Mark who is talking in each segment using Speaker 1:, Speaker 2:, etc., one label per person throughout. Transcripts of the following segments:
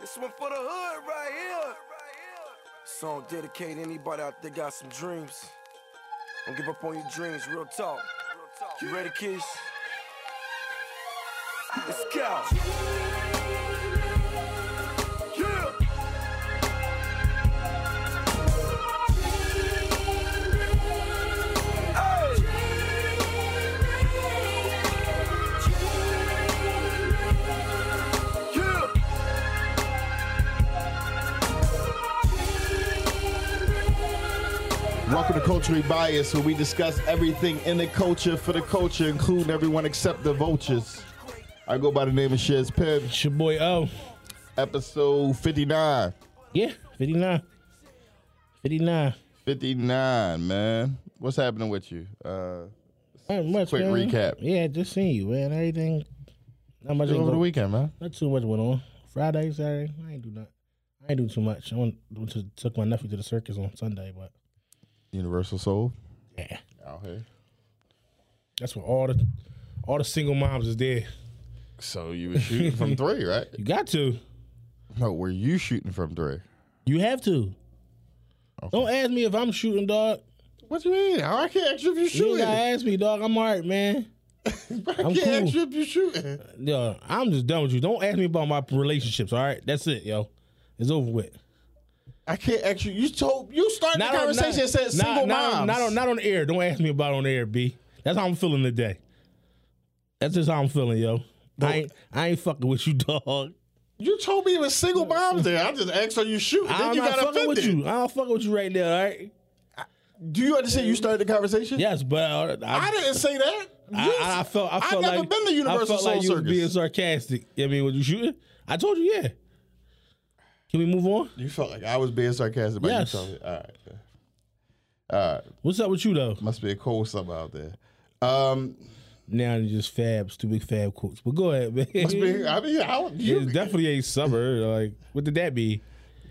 Speaker 1: This one for the hood right here. Song dedicated to anybody out there got some dreams. Don't give up on your dreams, real talk. You ready, kids? Let's go. Yeah. Hey. Yeah.
Speaker 2: Welcome to Culturally Bias, where we discuss everything in the culture for the culture, including everyone except the vultures. I go by the name of Shiz Pim,
Speaker 3: It's your boy O.
Speaker 2: episode 59.
Speaker 3: Yeah, 59. 59.
Speaker 2: 59, man. What's happening with you? Uh,
Speaker 3: Not much,
Speaker 2: Quick
Speaker 3: man.
Speaker 2: recap.
Speaker 3: Yeah, just seeing you, man. Everything. Not much.
Speaker 2: over
Speaker 3: ain't
Speaker 2: the
Speaker 3: go-
Speaker 2: weekend, man.
Speaker 3: Not too much went on. Friday, Saturday. I ain't do nothing. I ain't do too much. I went, went to took my nephew to the circus on Sunday, but
Speaker 2: Universal Soul.
Speaker 3: yeah,
Speaker 2: Out here.
Speaker 3: that's where all the all the single moms is there.
Speaker 2: So you were shooting from three, right?
Speaker 3: You got to.
Speaker 2: No, were you shooting from three?
Speaker 3: You have to.
Speaker 2: Okay.
Speaker 3: Don't ask me if I'm shooting, dog.
Speaker 2: What you mean? How I can't ask you if you're
Speaker 3: You ain't
Speaker 2: shooting.
Speaker 3: gotta ask me, dog. I'm alright, man.
Speaker 2: I can't
Speaker 3: cool.
Speaker 2: ask you if you're shooting.
Speaker 3: Yo, I'm just done with you. Don't ask me about my relationships. All right, that's it, yo. It's over with.
Speaker 2: I can't ask you. You told you started the conversation and said single
Speaker 3: not,
Speaker 2: moms.
Speaker 3: On, not on, not on the air. Don't ask me about on the air, B. That's how I'm feeling today. That's just how I'm feeling, yo. I ain't, I ain't fucking with you, dog.
Speaker 2: You told me it was single moms there. I just asked, are you shooting? Then
Speaker 3: I'm
Speaker 2: you
Speaker 3: not
Speaker 2: got
Speaker 3: fucking
Speaker 2: offended.
Speaker 3: with you. I don't fucking with you right now, all right?
Speaker 2: Do you understand you started the conversation?
Speaker 3: Yes, but uh, I,
Speaker 2: I didn't say that.
Speaker 3: I,
Speaker 2: You-
Speaker 3: I, I felt I felt
Speaker 2: never
Speaker 3: like
Speaker 2: been to Universal
Speaker 3: I felt
Speaker 2: Soul
Speaker 3: like you was
Speaker 2: Circus.
Speaker 3: being sarcastic. I mean, was you shooting? I told you, yeah. Can we move on?
Speaker 2: you felt like I was being sarcastic, but
Speaker 3: Yes.
Speaker 2: you told me. All right. All right.
Speaker 3: What's up with you though?
Speaker 2: Must be a cold summer out there. Um,
Speaker 3: Now you just fabs, two big fab quotes. But go ahead, man.
Speaker 2: must be, I mean, how you
Speaker 3: It's definitely a summer. Like, what did that be?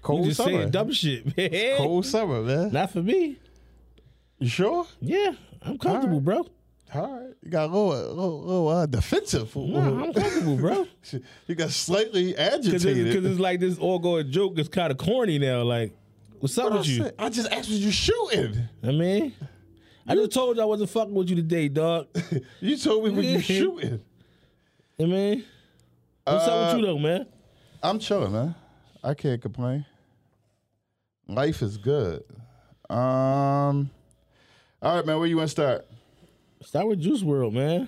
Speaker 2: cold
Speaker 3: you just
Speaker 2: summer.
Speaker 3: saying dumb shit, man.
Speaker 2: Cold summer, man.
Speaker 3: Not for me.
Speaker 2: You sure?
Speaker 3: Yeah, I'm comfortable, bro.
Speaker 2: All right. You got a little, a little, little uh, defensive.
Speaker 3: Nah, I'm comfortable, bro.
Speaker 2: you got slightly
Speaker 3: Because it's, 'cause
Speaker 2: agitated.
Speaker 3: it's like this all going joke is kind of corny now. Like, what's up
Speaker 2: What I
Speaker 3: with you?
Speaker 2: said, I just asked, was you shooting?
Speaker 3: I mean, I just told you I wasn't fucking with you today, dog.
Speaker 2: You told me when you
Speaker 3: Yeah.
Speaker 2: shooting.
Speaker 3: I mean, what's up
Speaker 2: Uh,
Speaker 3: with you though, man?
Speaker 2: I'm chilling, man. I can't complain. Life is good. Um, all right, man. Where you want to start?
Speaker 3: Start with Juice World, man.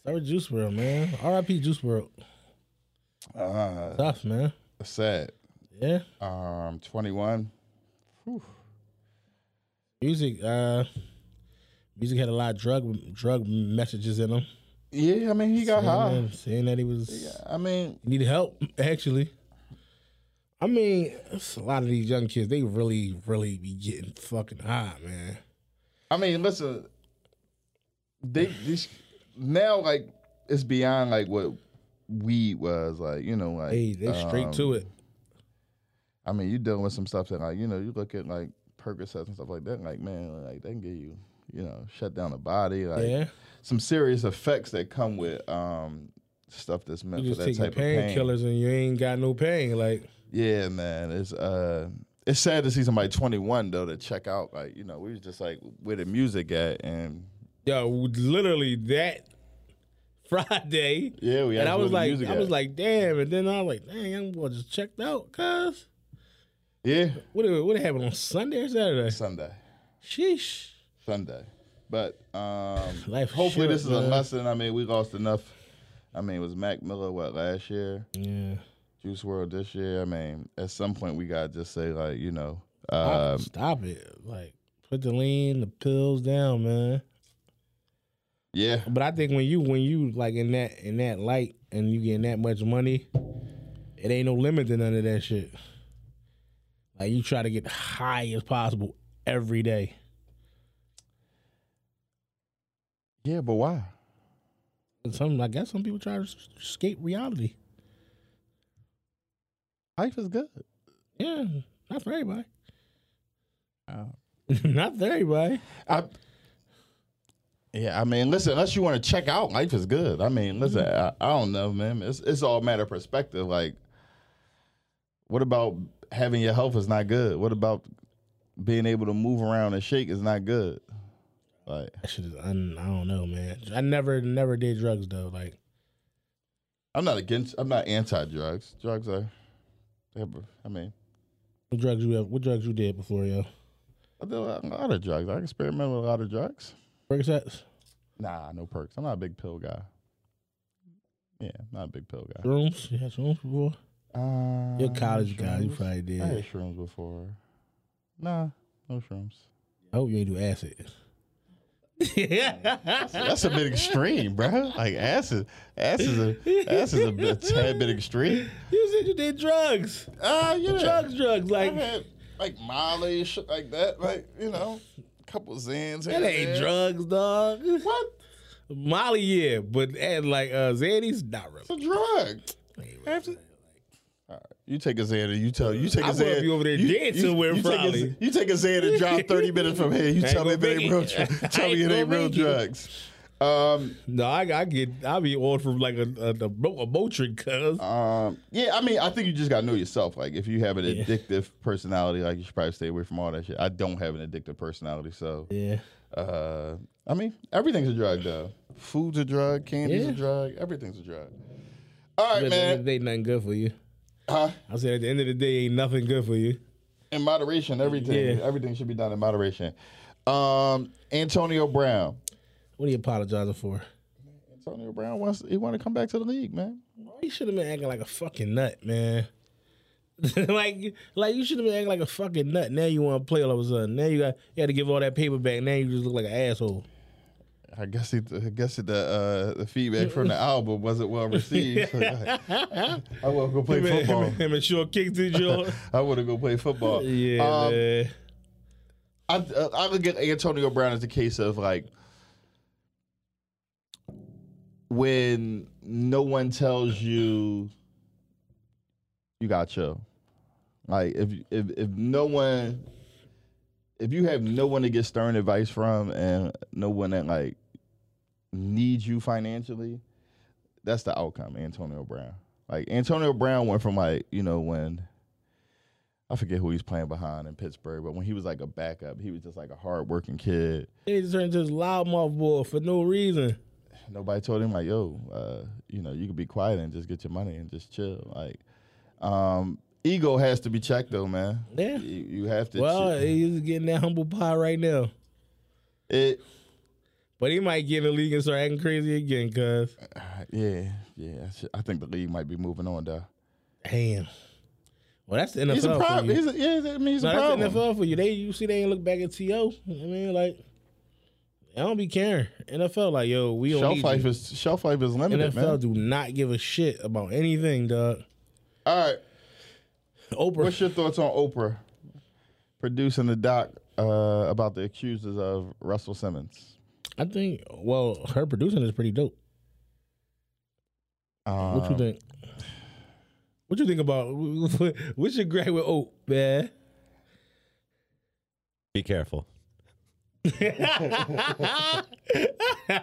Speaker 3: Start with Juice World, man. R.I.P. Juice World.
Speaker 2: Uh,
Speaker 3: Tough, man.
Speaker 2: sad.
Speaker 3: Yeah.
Speaker 2: Um, 21.
Speaker 3: Music, uh, music had a lot of drug drug messages in them.
Speaker 2: Yeah, I mean he got high.
Speaker 3: Saying, saying that he was
Speaker 2: I mean,
Speaker 3: he needed help, actually. I mean, it's a lot of these young kids, they really, really be getting fucking high, man.
Speaker 2: I mean, listen. They this now like it's beyond like what weed was like. You know, like
Speaker 3: They they straight
Speaker 2: um,
Speaker 3: to it.
Speaker 2: I mean, you dealing with some stuff that like you know you look at like Percocets and stuff like that. Like man, like they can get you you know shut down the body. Like
Speaker 3: yeah.
Speaker 2: some serious effects that come with um stuff that's meant
Speaker 3: You
Speaker 2: for
Speaker 3: just
Speaker 2: that
Speaker 3: taking
Speaker 2: type of pain.
Speaker 3: painkillers and you ain't got no pain. Like,
Speaker 2: Yeah, man. It's uh it's sad to see somebody 21 though to check out like, you know, we was just like where the music at and
Speaker 3: yo, literally that Friday.
Speaker 2: yeah, we
Speaker 3: and I
Speaker 2: asked
Speaker 3: was
Speaker 2: where the
Speaker 3: like,
Speaker 2: music
Speaker 3: I was
Speaker 2: at.
Speaker 3: like, damn. And then I was like, dang, young boy just checked out, cuz.
Speaker 2: yeah,
Speaker 3: What, what happened on Sunday or Saturday?
Speaker 2: Sunday.
Speaker 3: Sheesh.
Speaker 2: Sunday. But um
Speaker 3: Life
Speaker 2: hopefully
Speaker 3: short,
Speaker 2: this is a
Speaker 3: man.
Speaker 2: lesson. I mean, we lost enough. I mean, it was Mac Miller what last year,
Speaker 3: Yeah.
Speaker 2: Juice World this year. I mean, at some point we got to just say like, you know, um,
Speaker 3: Oh, Stop it. Like, put the lean, the pills down, man.
Speaker 2: yeah.
Speaker 3: But I think when you when you like in that in that light and you getting that much money, it ain't no limit to none of that shit. Like you try to get high as possible every day.
Speaker 2: Yeah, but why?
Speaker 3: And some I guess some people try to s- escape reality.
Speaker 2: Life is good.
Speaker 3: Yeah, not for everybody. not for everybody.
Speaker 2: I, yeah, I mean, listen, unless you want to check out, life is good. I mean, listen, I, I don't know, man. It's it's all a matter of perspective. Like, What about having your health is not good? What about being able to move around and shake is not good? Like
Speaker 3: That shit is un, I don't know, man. I never never did drugs though. Like
Speaker 2: I'm not against. I'm not anti drugs. Drugs are. they have- I mean,
Speaker 3: what drugs you have? What drugs you did before, yo?
Speaker 2: I do a lot of drugs. I experiment with a lot of drugs.
Speaker 3: Percocets,
Speaker 2: Nah, no perks. I'm not a big pill guy. Yeah, I'm not a big pill guy.
Speaker 3: shrooms. You had shrooms before?
Speaker 2: Uh,
Speaker 3: You're a college guy. You
Speaker 2: shrooms?
Speaker 3: probably did.
Speaker 2: I had shrooms before. Nah, no shrooms.
Speaker 3: I hope you ain't do acid.
Speaker 2: That's a bit extreme, bro. Like acid, acid is a acid is a, bit- tad bit extreme.
Speaker 3: you said you did drugs.
Speaker 2: Ah, uh, yeah.
Speaker 3: Drugs, drugs. Like
Speaker 2: I've had like Molly, shit like that. Like you know, a couple Zans.
Speaker 3: that ain't drugs, dog.
Speaker 2: What?
Speaker 3: Molly, yeah, but and like uh Zanny's not really.
Speaker 2: It's a drug. After- All right, You take a Xan and you tell you take a
Speaker 3: I would
Speaker 2: Xan.
Speaker 3: be over there dead somewhere,
Speaker 2: you Take
Speaker 3: probably.
Speaker 2: a, you take a Xan and drive thirty minutes from here. You
Speaker 3: I
Speaker 2: tell me
Speaker 3: ain't
Speaker 2: if it ain't
Speaker 3: gonna
Speaker 2: real.
Speaker 3: make it.
Speaker 2: dr-
Speaker 3: I
Speaker 2: Tell me
Speaker 3: ain't
Speaker 2: it ain't
Speaker 3: gonna
Speaker 2: real
Speaker 3: make it.
Speaker 2: drugs. Um,
Speaker 3: No, I, I get I be on from like a a, a, Mo- a Motrin, cuz.
Speaker 2: um, yeah, I mean, I think you just gotta know yourself. Like, if you have an addictive personality, like you should probably stay away from all that shit. I don't have an addictive personality, so
Speaker 3: yeah,
Speaker 2: uh, I mean, everything's a drug though. Food's a drug, candy's
Speaker 3: Yeah.
Speaker 2: a drug, everything's a drug. All right,
Speaker 3: at the end of the
Speaker 2: man.
Speaker 3: day, nothing good for you.
Speaker 2: Huh?
Speaker 3: I said at the end of the day, ain't nothing good for you.
Speaker 2: in moderation. Everything,
Speaker 3: Yeah.
Speaker 2: everything should be done in moderation. Um, Antonio Brown.
Speaker 3: What are you apologizing for?
Speaker 2: Antonio Brown wants he want to come back to the league, man.
Speaker 3: You should have been acting like a fucking nut, man. like, like you should have been acting like a fucking nut. Now you want to play all of a sudden. Now you got you had to give all that paper back. Now you just look like an asshole.
Speaker 2: I guess it, I guess it, the uh, the feedback from the album wasn't well received. So, like, I want to go play
Speaker 3: Him and-
Speaker 2: football.
Speaker 3: Him, and- him and short kick to jaw.
Speaker 2: I want to go play football.
Speaker 3: yeah,
Speaker 2: Um,
Speaker 3: man.
Speaker 2: I uh, I look at Antonio Brown as a case of like when no one tells you you got chill. Like if if if no one if you have no one to get stern advice from and no one that like needs you financially, that's the outcome, Antonio Brown. Like Antonio Brown went from like, you know, when I forget who he's playing behind in Pittsburgh, but when he was like a backup, he was just like a hardworking kid.
Speaker 3: He just turned into this loudmouth boy for no reason.
Speaker 2: Nobody told him like, "Yo, uh, you know, you could be quiet and just get your money and just chill." Like, um, ego has to be checked though, man.
Speaker 3: Yeah.
Speaker 2: you, you have to.
Speaker 3: Well,
Speaker 2: che-
Speaker 3: he's getting that humble pie right now.
Speaker 2: it,
Speaker 3: But he might get in the league and start acting crazy again, cuz.
Speaker 2: yeah, yeah. I sh- I think the league might be moving on though.
Speaker 3: Damn. Well, that's the NFL.
Speaker 2: He's a
Speaker 3: for
Speaker 2: problem.
Speaker 3: you.
Speaker 2: He's a, yeah, I mean, he's a
Speaker 3: no,
Speaker 2: problem.
Speaker 3: that's the NFL for you. They you see they ain't look back at To. I mean, like I don't be caring. NFL like yo, we E don't
Speaker 2: Shelf
Speaker 3: need
Speaker 2: life
Speaker 3: you.
Speaker 2: is shelf life is limited,
Speaker 3: NFL
Speaker 2: man.
Speaker 3: do not give a shit about anything, dog.
Speaker 2: All right,
Speaker 3: Oprah,
Speaker 2: what's your thoughts on Oprah producing the doc uh, about the accusers of Russell Simmons?
Speaker 3: I think. Well, her producing is pretty dope.
Speaker 2: Um,
Speaker 3: What you think? What you think about? What's your gripe with Oak, man?
Speaker 4: Be careful.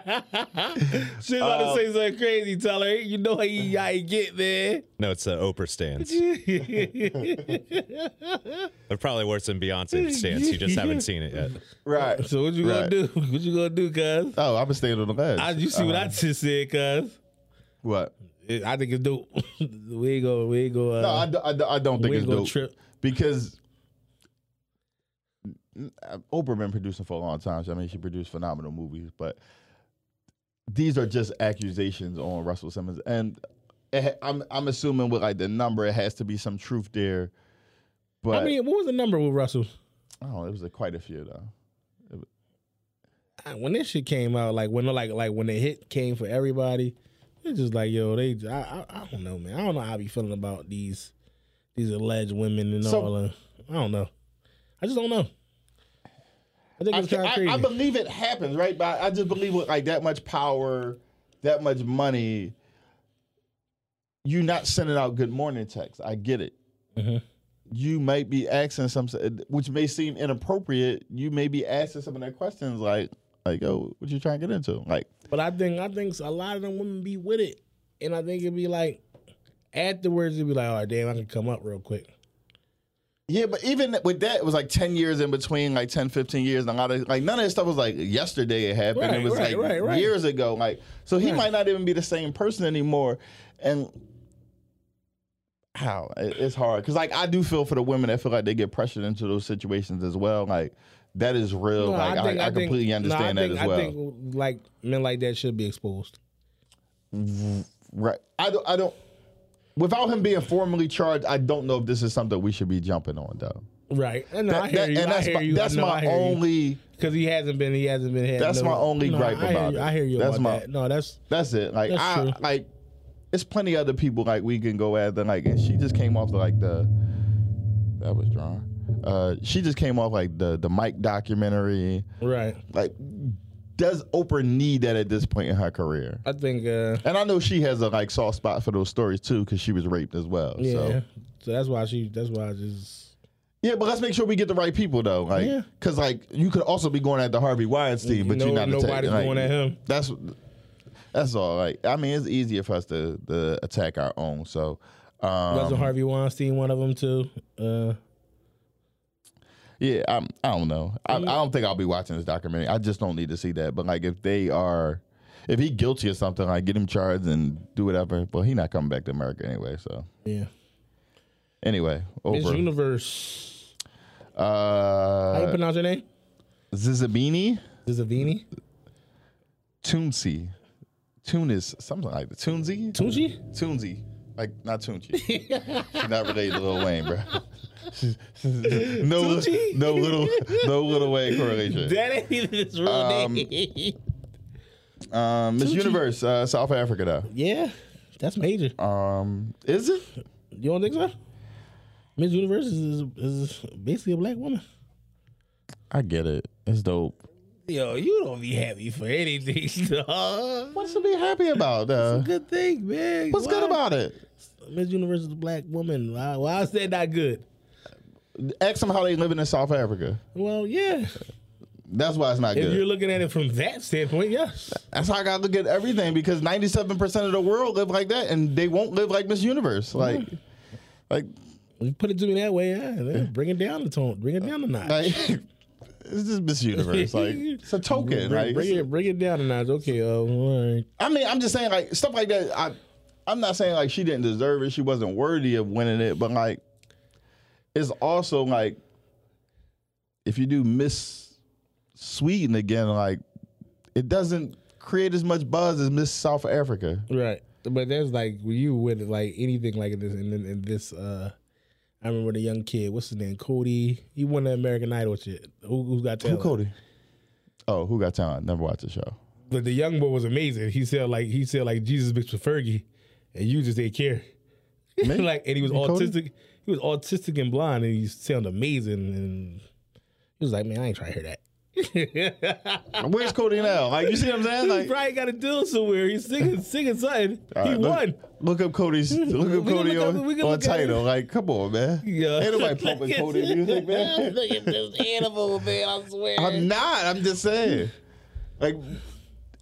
Speaker 3: She's about to
Speaker 2: Um,
Speaker 3: say something crazy, tell her. You know how you, how you get, man.
Speaker 4: No, it's uh, Oprah stance. They're probably worse than Beyonce stance. You just haven't seen it yet.
Speaker 2: Right.
Speaker 3: So what you gonna
Speaker 2: Right.
Speaker 3: do? What you gonna do, cuz?
Speaker 2: Oh, I've been staying on the ledge.
Speaker 3: I, you see what I
Speaker 2: Um,
Speaker 3: just said, cuz.
Speaker 2: What?
Speaker 3: It- I think it's dope. we ain't gonna, we ain't gonna, uh,
Speaker 2: No, I, do- I, do- I don't think
Speaker 3: we
Speaker 2: it's
Speaker 3: ain't gonna
Speaker 2: dope
Speaker 3: trip.
Speaker 2: because uh, Oprah been producing for a long time. So, I mean, she produced phenomenal movies, but these are just accusations on Russell Simmons, and it, ha- I'm I'm assuming with like the number, it has to be some truth there. But
Speaker 3: I mean, what was the number with Russell?
Speaker 2: oh, it was a, quite a few though.
Speaker 3: I- When this shit came out, like when like like when the hit came for everybody, it's just like yo, they. I, I, I don't know, man. I don't know how I be feeling about these these alleged women and
Speaker 2: So-
Speaker 3: all. Uh, I don't know. I just don't know. I think
Speaker 2: I,
Speaker 3: it's kind of
Speaker 2: I,
Speaker 3: crazy.
Speaker 2: I believe it happens, right? But I just believe with like that much power, that much money, you not sending out good morning texts. I get it.
Speaker 3: Mhm.
Speaker 2: You might be asking some, which may seem inappropriate. You may be asking some of their questions, like, like, oh, what you trying to get into? Like,
Speaker 3: But I think I think a lot of them women be with it, and I think it'd be like afterwards it'd be like, all right, damn, I can come up real quick.
Speaker 2: Yeah, but even with that, it was like 10 years in between, like 10, 15 years. And a lot of, like, none of this stuff was like yesterday it happened.
Speaker 3: Right,
Speaker 2: it was
Speaker 3: right,
Speaker 2: like
Speaker 3: right, right.
Speaker 2: years ago. Like, so he might not even be the same person anymore. And how? It- It's hard. Cause, like, I do feel for the women that feel like they get pressured into those situations as well. Like, that is real.
Speaker 3: No,
Speaker 2: like, I, I,
Speaker 3: think-
Speaker 2: completely
Speaker 3: no, I
Speaker 2: understand
Speaker 3: think-
Speaker 2: that as well.
Speaker 3: I think like men like that should be exposed.
Speaker 2: right. I don't, I don't, without him being formally charged, I don't know if this is something we should be jumping on, though.
Speaker 3: Right. And
Speaker 2: That-
Speaker 3: I hear
Speaker 2: that-
Speaker 3: you.
Speaker 2: and that's
Speaker 3: I hear
Speaker 2: my,
Speaker 3: you.
Speaker 2: that's
Speaker 3: I know, I
Speaker 2: my
Speaker 3: hear you.
Speaker 2: only.
Speaker 3: Because he hasn't been, he hasn't been. had
Speaker 2: That's
Speaker 3: no-
Speaker 2: my only gripe
Speaker 3: I hear
Speaker 2: about
Speaker 3: you,
Speaker 2: it.
Speaker 3: I hear you
Speaker 2: That's
Speaker 3: about
Speaker 2: my-
Speaker 3: that. No, that's
Speaker 2: That's it. Like
Speaker 3: That's
Speaker 2: I
Speaker 3: true.
Speaker 2: like it's plenty other people like we can go at and like and she just came off like the that was drawn. Uh she just came off like the the Mike documentary.
Speaker 3: right.
Speaker 2: Like does Oprah need that at this point in her career?
Speaker 3: I think. uh
Speaker 2: And I know she has a like soft spot for those stories too, because she was raped as well.
Speaker 3: Yeah.
Speaker 2: So
Speaker 3: So, that's why she. That's why I just.
Speaker 2: yeah, but let's make sure we get the right people though. Like
Speaker 3: Yeah.
Speaker 2: cause like you could also be going at the Harvey Weinstein, but
Speaker 3: No-
Speaker 2: you're not
Speaker 3: nobody's
Speaker 2: attacking, like,
Speaker 3: going at him.
Speaker 2: That's that's all. Like I mean, it's easier for us to, to attack our own. So um,
Speaker 3: Wasn't Harvey Weinstein one of them too? Uh,
Speaker 2: yeah, I'm, I don't know. I, I don't think I'll be watching this documentary. I just don't need to see that. But like, if they are, if he guilty of something, like get him charged and do whatever. But he not coming back to America anyway. So
Speaker 3: yeah.
Speaker 2: anyway,
Speaker 3: Miss
Speaker 2: over.
Speaker 3: Universe. How you
Speaker 2: Uh,
Speaker 3: pronounce her name?
Speaker 2: Zizabini,
Speaker 3: Zizavini?
Speaker 2: Tunsi, Tunis, something like that. Tunsi,
Speaker 3: Tunchi?
Speaker 2: Toonzy. Like not Toonchi. She's not related to Lil Wayne, bro. no,
Speaker 3: Toonchi?
Speaker 2: no little, no little Wayne correlation.
Speaker 3: That ain't his real
Speaker 2: Um,
Speaker 3: name.
Speaker 2: Um, Miss
Speaker 3: Toonchi.
Speaker 2: Universe, uh, South Africa,
Speaker 3: yeah. That's major.
Speaker 2: though. Um, is it?
Speaker 3: You don't think so? Miss Universe is, is basically a black woman.
Speaker 2: I get it. It's dope.
Speaker 3: Yo, you don't be happy for anything, dog.
Speaker 2: What's to be happy about? Uh,
Speaker 3: Good thing, man.
Speaker 2: what's good
Speaker 3: Why-
Speaker 2: about it?
Speaker 3: Miss Universe is a black woman? Why, why is that not good?
Speaker 2: Ask them how they living in South Africa.
Speaker 3: Well, yeah.
Speaker 2: That's why it's not
Speaker 3: If you're
Speaker 2: good.
Speaker 3: looking at it from that standpoint, yes.
Speaker 2: That's how I gotta look at everything because ninety-seven percent of the world live like that, and they won't live like Miss Universe. Like, like
Speaker 3: When you put it to me that way, yeah, yeah, bring it down the tone, bring it down the notch.
Speaker 2: Like, it's just Miss Universe. Like, it's a token.
Speaker 3: Bring,
Speaker 2: Like,
Speaker 3: bring
Speaker 2: it's-
Speaker 3: it, bring it down a notch. Okay, oh, all right.
Speaker 2: I mean, I'm just saying, like, stuff like that. I, I'm not saying, like, she didn't deserve it. She wasn't worthy of winning it. But, like, it's also, like, if you do Miss Sweden again, like, it doesn't create as much buzz as Miss South Africa.
Speaker 3: Right. But there's like when you with like anything like this and then in this uh I remember the young kid, what's his name? Cody. He won the American Idol shit. Who who got talent?
Speaker 2: Oh, who got talent? Never watched the show.
Speaker 3: But the young boy was amazing. He said like he said like Jesus bitch with Fergie and you just didn't care.
Speaker 2: Me?
Speaker 3: like and he was
Speaker 2: You Cody?
Speaker 3: autistic he was autistic and blind and he sounded amazing and he was like, Man, I ain't trying to hear that.
Speaker 2: Where's Cody now? Like, you see what I'm saying?
Speaker 3: he
Speaker 2: Like,
Speaker 3: probably got a deal somewhere. He's singing singing something. he
Speaker 2: Alright,
Speaker 3: won.
Speaker 2: Look, look up Cody's. Look up
Speaker 3: We can
Speaker 2: Cody
Speaker 3: look up-
Speaker 2: on,
Speaker 3: we can
Speaker 2: on
Speaker 3: look at
Speaker 2: title.
Speaker 3: it.
Speaker 2: Like, come on, man.
Speaker 3: Yeah.
Speaker 2: Ain't nobody pumping Cody music, man.
Speaker 3: Look at this animal, man. I swear.
Speaker 2: I'm not. I'm just saying. Like,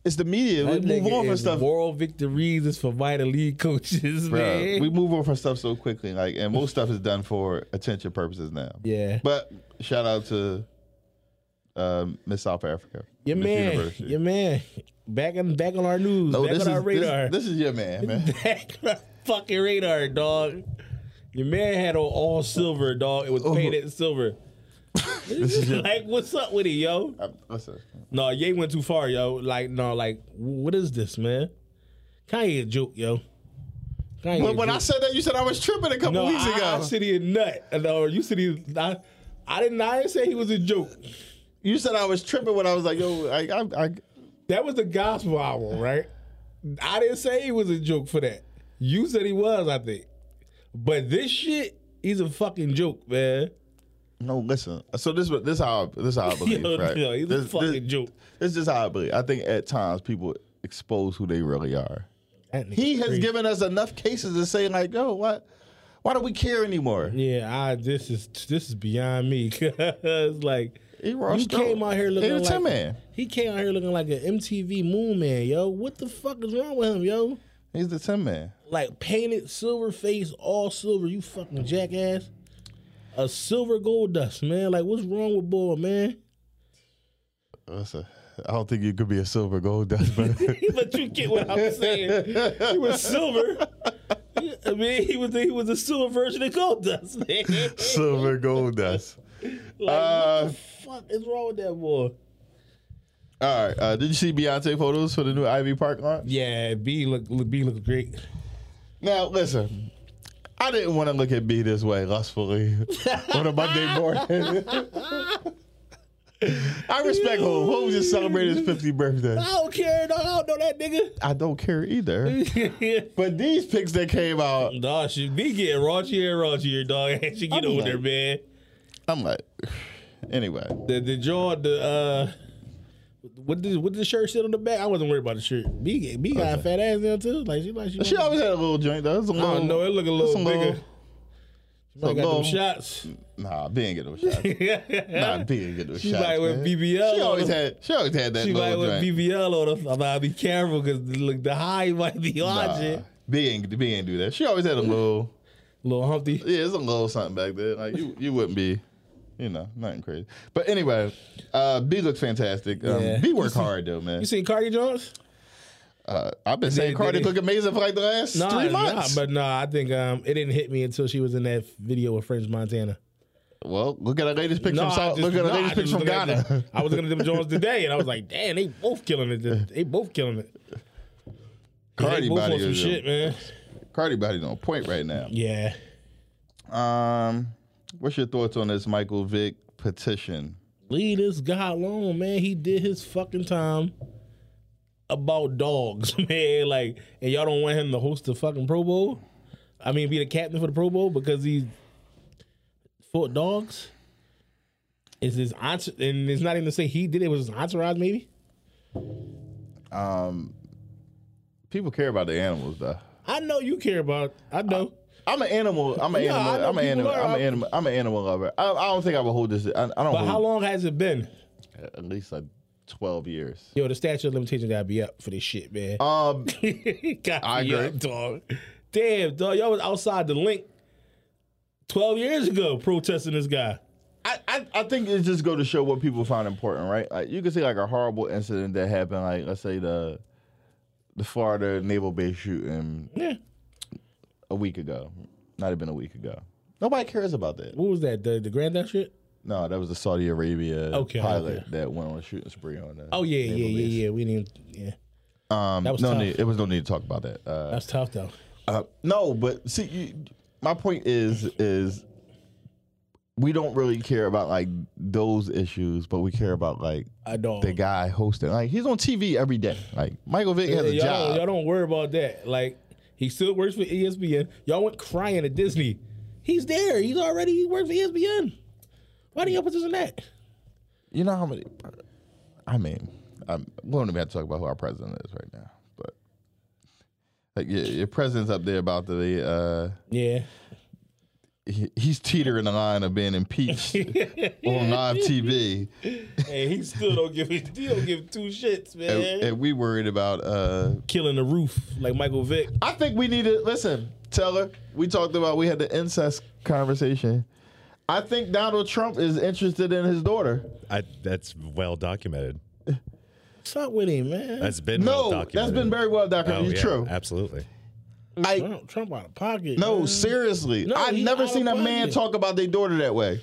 Speaker 2: it's the media. We
Speaker 3: That
Speaker 2: move
Speaker 3: nigga
Speaker 2: on from
Speaker 3: is
Speaker 2: stuff.
Speaker 3: Moral victories is for minor league coaches,
Speaker 2: Bruh,
Speaker 3: man.
Speaker 2: we move on from stuff so quickly. Like, and most stuff is done for attention purposes now.
Speaker 3: yeah,
Speaker 2: But shout out to um, Miss South Africa.
Speaker 3: your
Speaker 2: Miss
Speaker 3: man,
Speaker 2: Universe.
Speaker 3: your man. Back on back on our news,
Speaker 2: No,
Speaker 3: back
Speaker 2: this
Speaker 3: on
Speaker 2: is
Speaker 3: our radar,
Speaker 2: This, this is your man, man.
Speaker 3: back on our fucking radar, dog. Your man had on all silver, dog. It
Speaker 2: Oh.
Speaker 3: was painted silver. like, what's up with it, yo?
Speaker 2: Uh, Listen,
Speaker 3: No, Ye went too far, yo. Like, no, like, wh- what is this, man? Kanye a joke, yo. Kanye
Speaker 2: when, when
Speaker 3: a
Speaker 2: I
Speaker 3: joke.
Speaker 2: said that, you said I was tripping a couple
Speaker 3: no,
Speaker 2: weeks
Speaker 3: I,
Speaker 2: ago.
Speaker 3: I said he a nut. No, you said he. I, I didn't. I didn't say he was a joke.
Speaker 2: you said I was tripping when I was like, "Yo, I, I, I
Speaker 3: That was the gospel album, right? I didn't say he was a joke for that. You said he was, I think. But this shit, he's a fucking joke, man.
Speaker 2: No, listen. So this what- this how I- this how I believe,
Speaker 3: Yo,
Speaker 2: right?
Speaker 3: yo, he's
Speaker 2: this,
Speaker 3: a fucking
Speaker 2: this,
Speaker 3: joke.
Speaker 2: This is how I believe. I think at times people expose who they really are.
Speaker 3: That nigga
Speaker 2: He has
Speaker 3: crazy.
Speaker 2: given us enough cases to say like, yo, what? Why do we care anymore?
Speaker 3: Yeah, I. This is this is beyond me. 'Cause, like
Speaker 2: He raw
Speaker 3: you
Speaker 2: stroke.
Speaker 3: came out here looking
Speaker 2: He a
Speaker 3: like
Speaker 2: tin man.
Speaker 3: he came out here looking like an MTV Moon Man, yo. What the fuck is wrong with him, yo?
Speaker 2: He's the Tin Man.
Speaker 3: Like painted silver face, all silver. You fucking jackass. a silver gold dust, man. Like, what's wrong with boy, man?
Speaker 2: Listen, I don't think you could be a silver gold dust, but
Speaker 3: but you get what I'm saying. He was silver. I mean, he was he was a silver version of gold dust, man.
Speaker 2: silver gold dust.
Speaker 3: like,
Speaker 2: Uh,
Speaker 3: what the fuck is wrong with that boy?
Speaker 2: All right. Uh, did you see Beyonce photos for the new Ivy Park launch?
Speaker 3: Yeah, B look, look B look great.
Speaker 2: Now listen, I didn't want to look at B this way lustfully on a Monday morning. I respect Hov. Hov just celebrated his 50th birthday.
Speaker 3: I don't care, dog. I don't know that
Speaker 2: I don't care either.
Speaker 3: nigga.
Speaker 2: But these pics that came out,
Speaker 3: dog, she be getting raunchier and raunchier, dog. And she get
Speaker 2: I'm
Speaker 3: over
Speaker 2: like-
Speaker 3: there, man.
Speaker 2: I'm like, anyway.
Speaker 3: The the jaw, the uh, what did what did the shirt sit on the back? I wasn't worried about the shirt. B B got a fat ass now too. Like she like she.
Speaker 2: She always had a little joint though. It's a
Speaker 3: I
Speaker 2: little,
Speaker 3: don't know. It look a
Speaker 2: it's
Speaker 3: little bigger.
Speaker 2: it's a
Speaker 3: I got
Speaker 2: little-
Speaker 3: them shots.
Speaker 2: Nah, B ain't get no shots. nah, B ain't get no
Speaker 3: She
Speaker 2: shots.
Speaker 3: like with
Speaker 2: man.
Speaker 3: BBL
Speaker 2: She
Speaker 3: on
Speaker 2: always
Speaker 3: the-
Speaker 2: had. She always had that
Speaker 3: She might
Speaker 2: little
Speaker 3: with
Speaker 2: joint.
Speaker 3: BBL on us. I'm gonna be careful because look, the high might be
Speaker 2: Nah,
Speaker 3: watching.
Speaker 2: B ain't B ain't do that. She always had a little.
Speaker 3: Little Humpty.
Speaker 2: Yeah, it's a little something back there. Like you, you wouldn't be. You know, nothing crazy. But anyway, uh, B looked fantastic. Um,
Speaker 3: Yeah.
Speaker 2: B worked hard though, man.
Speaker 3: You seen Cardi Jones?
Speaker 2: Uh, I've been saying
Speaker 3: Did-
Speaker 2: Cardi
Speaker 3: did he-
Speaker 2: looked amazing for like the last three months.
Speaker 3: but no, I think um, it didn't hit me until she was in that video with French Montana.
Speaker 2: well, look at our latest pics
Speaker 3: No,
Speaker 2: from
Speaker 3: I
Speaker 2: South.
Speaker 3: just-
Speaker 2: look at our
Speaker 3: no,
Speaker 2: latest
Speaker 3: I
Speaker 2: pics
Speaker 3: just
Speaker 2: from
Speaker 3: looked at
Speaker 2: Ghana.
Speaker 3: them- I was looking at them Jones today, and I was like, "Damn, they both killing it. They both killing it. Yeah,
Speaker 2: Cardi
Speaker 3: they both
Speaker 2: body
Speaker 3: on some
Speaker 2: is shit,
Speaker 3: shit, man.
Speaker 2: Cardi body on point right now.
Speaker 3: Yeah,
Speaker 2: Um, what's your thoughts on this Michael Vick petition?
Speaker 3: leave this guy alone, man. He did his fucking time about dogs, man. Like, and y'all don't want him to host the fucking Pro Bowl. I mean, be the captain for the Pro Bowl because he's for dogs. Is his entourage, and it's not even to say he did it. it was his entourage, maybe.
Speaker 2: Um, people care about the animals, though.
Speaker 3: I know you care about. I
Speaker 2: Oh.
Speaker 3: know.
Speaker 2: I'm an animal. I'm an
Speaker 3: Yeah, I
Speaker 2: animal.
Speaker 3: know
Speaker 2: I'm an
Speaker 3: people
Speaker 2: animal.
Speaker 3: are.
Speaker 2: I'm an animal. I'm an animal lover. I, I don't think I would hold this. I, I don't.
Speaker 3: but how
Speaker 2: hold-
Speaker 3: long has it been?
Speaker 2: At least like twelve years.
Speaker 3: Yo, the statute of limitations gotta be up for this shit, man.
Speaker 2: Um,
Speaker 3: Got
Speaker 2: I
Speaker 3: me
Speaker 2: agree.
Speaker 3: up, dog. Damn, dog. Y'all was outside the link 12 years ago protesting this guy.
Speaker 2: I, I, I think it just go to show what people find important, right? Like you can see like a horrible incident that happened, like let's say the the Florida naval base shooting
Speaker 3: Yeah.
Speaker 2: a week ago. Not even a week ago. Nobody cares about that.
Speaker 3: What was that? The the granddad shit?
Speaker 2: No, that was the Saudi Arabia
Speaker 3: Okay,
Speaker 2: pilot
Speaker 3: okay.
Speaker 2: that went on a shooting spree on that.
Speaker 3: Oh yeah, yeah, yeah, yeah. We didn't yeah.
Speaker 2: Um,
Speaker 3: That was
Speaker 2: no
Speaker 3: tough.
Speaker 2: need. It was no need to talk about that. Uh,
Speaker 3: That's tough though.
Speaker 2: uh, no, but see, you, my point is, is we don't really care about like those issues, but we care about like
Speaker 3: I don't
Speaker 2: the guy hosting. Like he's on TV every day. Like Michael Vick has a
Speaker 3: y'all,
Speaker 2: job.
Speaker 3: Don't, y'all don't worry about that. Like he still works for E ESPN. Y'all went crying at Disney. He's there. He's already he works for E ESPN. Why do y'all put this in that?
Speaker 2: you know how many? I mean, i we don't even have to talk about who our president is right now, but like your, your president's up there about the. Uh,
Speaker 3: Yeah.
Speaker 2: he- he's teetering the line of being impeached on live TV,
Speaker 3: Hey, he still don't give he don't give two shits,
Speaker 2: and,
Speaker 3: man.
Speaker 2: and we worried about. Uh,
Speaker 3: Killing the roof like Michael Vick.
Speaker 2: I think we need to listen, Teller. We talked about we had the incest conversation. I think Donald Trump is interested in his daughter.
Speaker 4: I, that's well documented.
Speaker 3: What's up with him, man?
Speaker 4: That's been well
Speaker 2: No,
Speaker 4: documented.
Speaker 2: that's been very well
Speaker 4: Oh,
Speaker 2: documented.
Speaker 4: yeah,
Speaker 2: It's true.
Speaker 4: Absolutely.
Speaker 2: I,
Speaker 3: Trump, Trump out of pocket.
Speaker 2: Mm-hmm. no,
Speaker 3: man.
Speaker 2: seriously,
Speaker 3: No,
Speaker 2: I've
Speaker 3: he
Speaker 2: never
Speaker 3: out
Speaker 2: seen
Speaker 3: of
Speaker 2: a man
Speaker 3: pocket.
Speaker 2: talk about their daughter that way.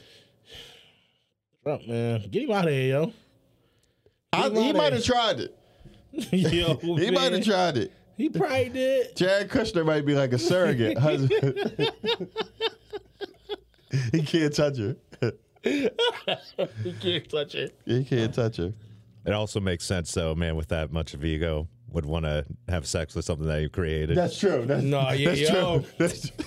Speaker 3: Trump, man, get him out of here, yo.
Speaker 2: I,
Speaker 3: He
Speaker 2: he
Speaker 3: outta
Speaker 2: might
Speaker 3: here.
Speaker 2: have tried it.
Speaker 3: yo,
Speaker 2: He
Speaker 3: man.
Speaker 2: might have tried it.
Speaker 3: He probably did.
Speaker 2: Jared Kushner might be like a surrogate husband. he can't touch her.
Speaker 3: He can't touch it.
Speaker 2: He can't touch her.
Speaker 4: It also makes sense, though, man, with that much of ego, would want to have sex with something that you created.
Speaker 2: That's true. That's,
Speaker 3: No, yeah,
Speaker 2: that's
Speaker 3: yo.
Speaker 2: true. That's true.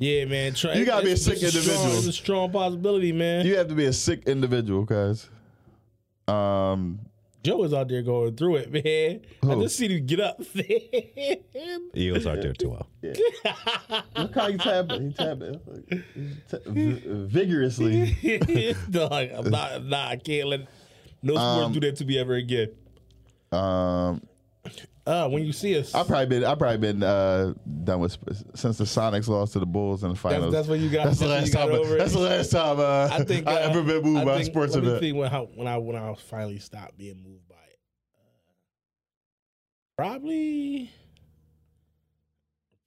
Speaker 3: Yeah, man. Trump,
Speaker 2: You gotta be a
Speaker 3: it's-
Speaker 2: sick
Speaker 3: it's strong-
Speaker 2: individual.
Speaker 3: It's a strong possibility, man.
Speaker 2: You have to be a sick individual, guys. Um,
Speaker 3: Joe is out there going through it, man. I
Speaker 2: Who?
Speaker 3: just seen him get up. man.
Speaker 4: Eagles aren't doing too well.
Speaker 2: look how he tap it. He tap it vigorously.
Speaker 3: Dog, I'm not, I'm not, I can't let no sport
Speaker 2: Um,
Speaker 3: do that to me ever again.
Speaker 2: Um,
Speaker 3: Uh, when you see us,
Speaker 2: I've probably been I've probably been uh, done with sp- since the Sonics lost to the Bulls in the
Speaker 3: that's,
Speaker 2: finals.
Speaker 3: that's when you got.
Speaker 2: That's the
Speaker 3: when
Speaker 2: last
Speaker 3: you got
Speaker 2: time.
Speaker 3: over it.
Speaker 2: That's the last time uh,
Speaker 3: I think uh,
Speaker 2: I ever been moved
Speaker 3: I
Speaker 2: by a
Speaker 3: think-
Speaker 2: sports
Speaker 3: let me
Speaker 2: event.
Speaker 3: think when, how, when I when I finally stopped being moved by it. Uh, Probably,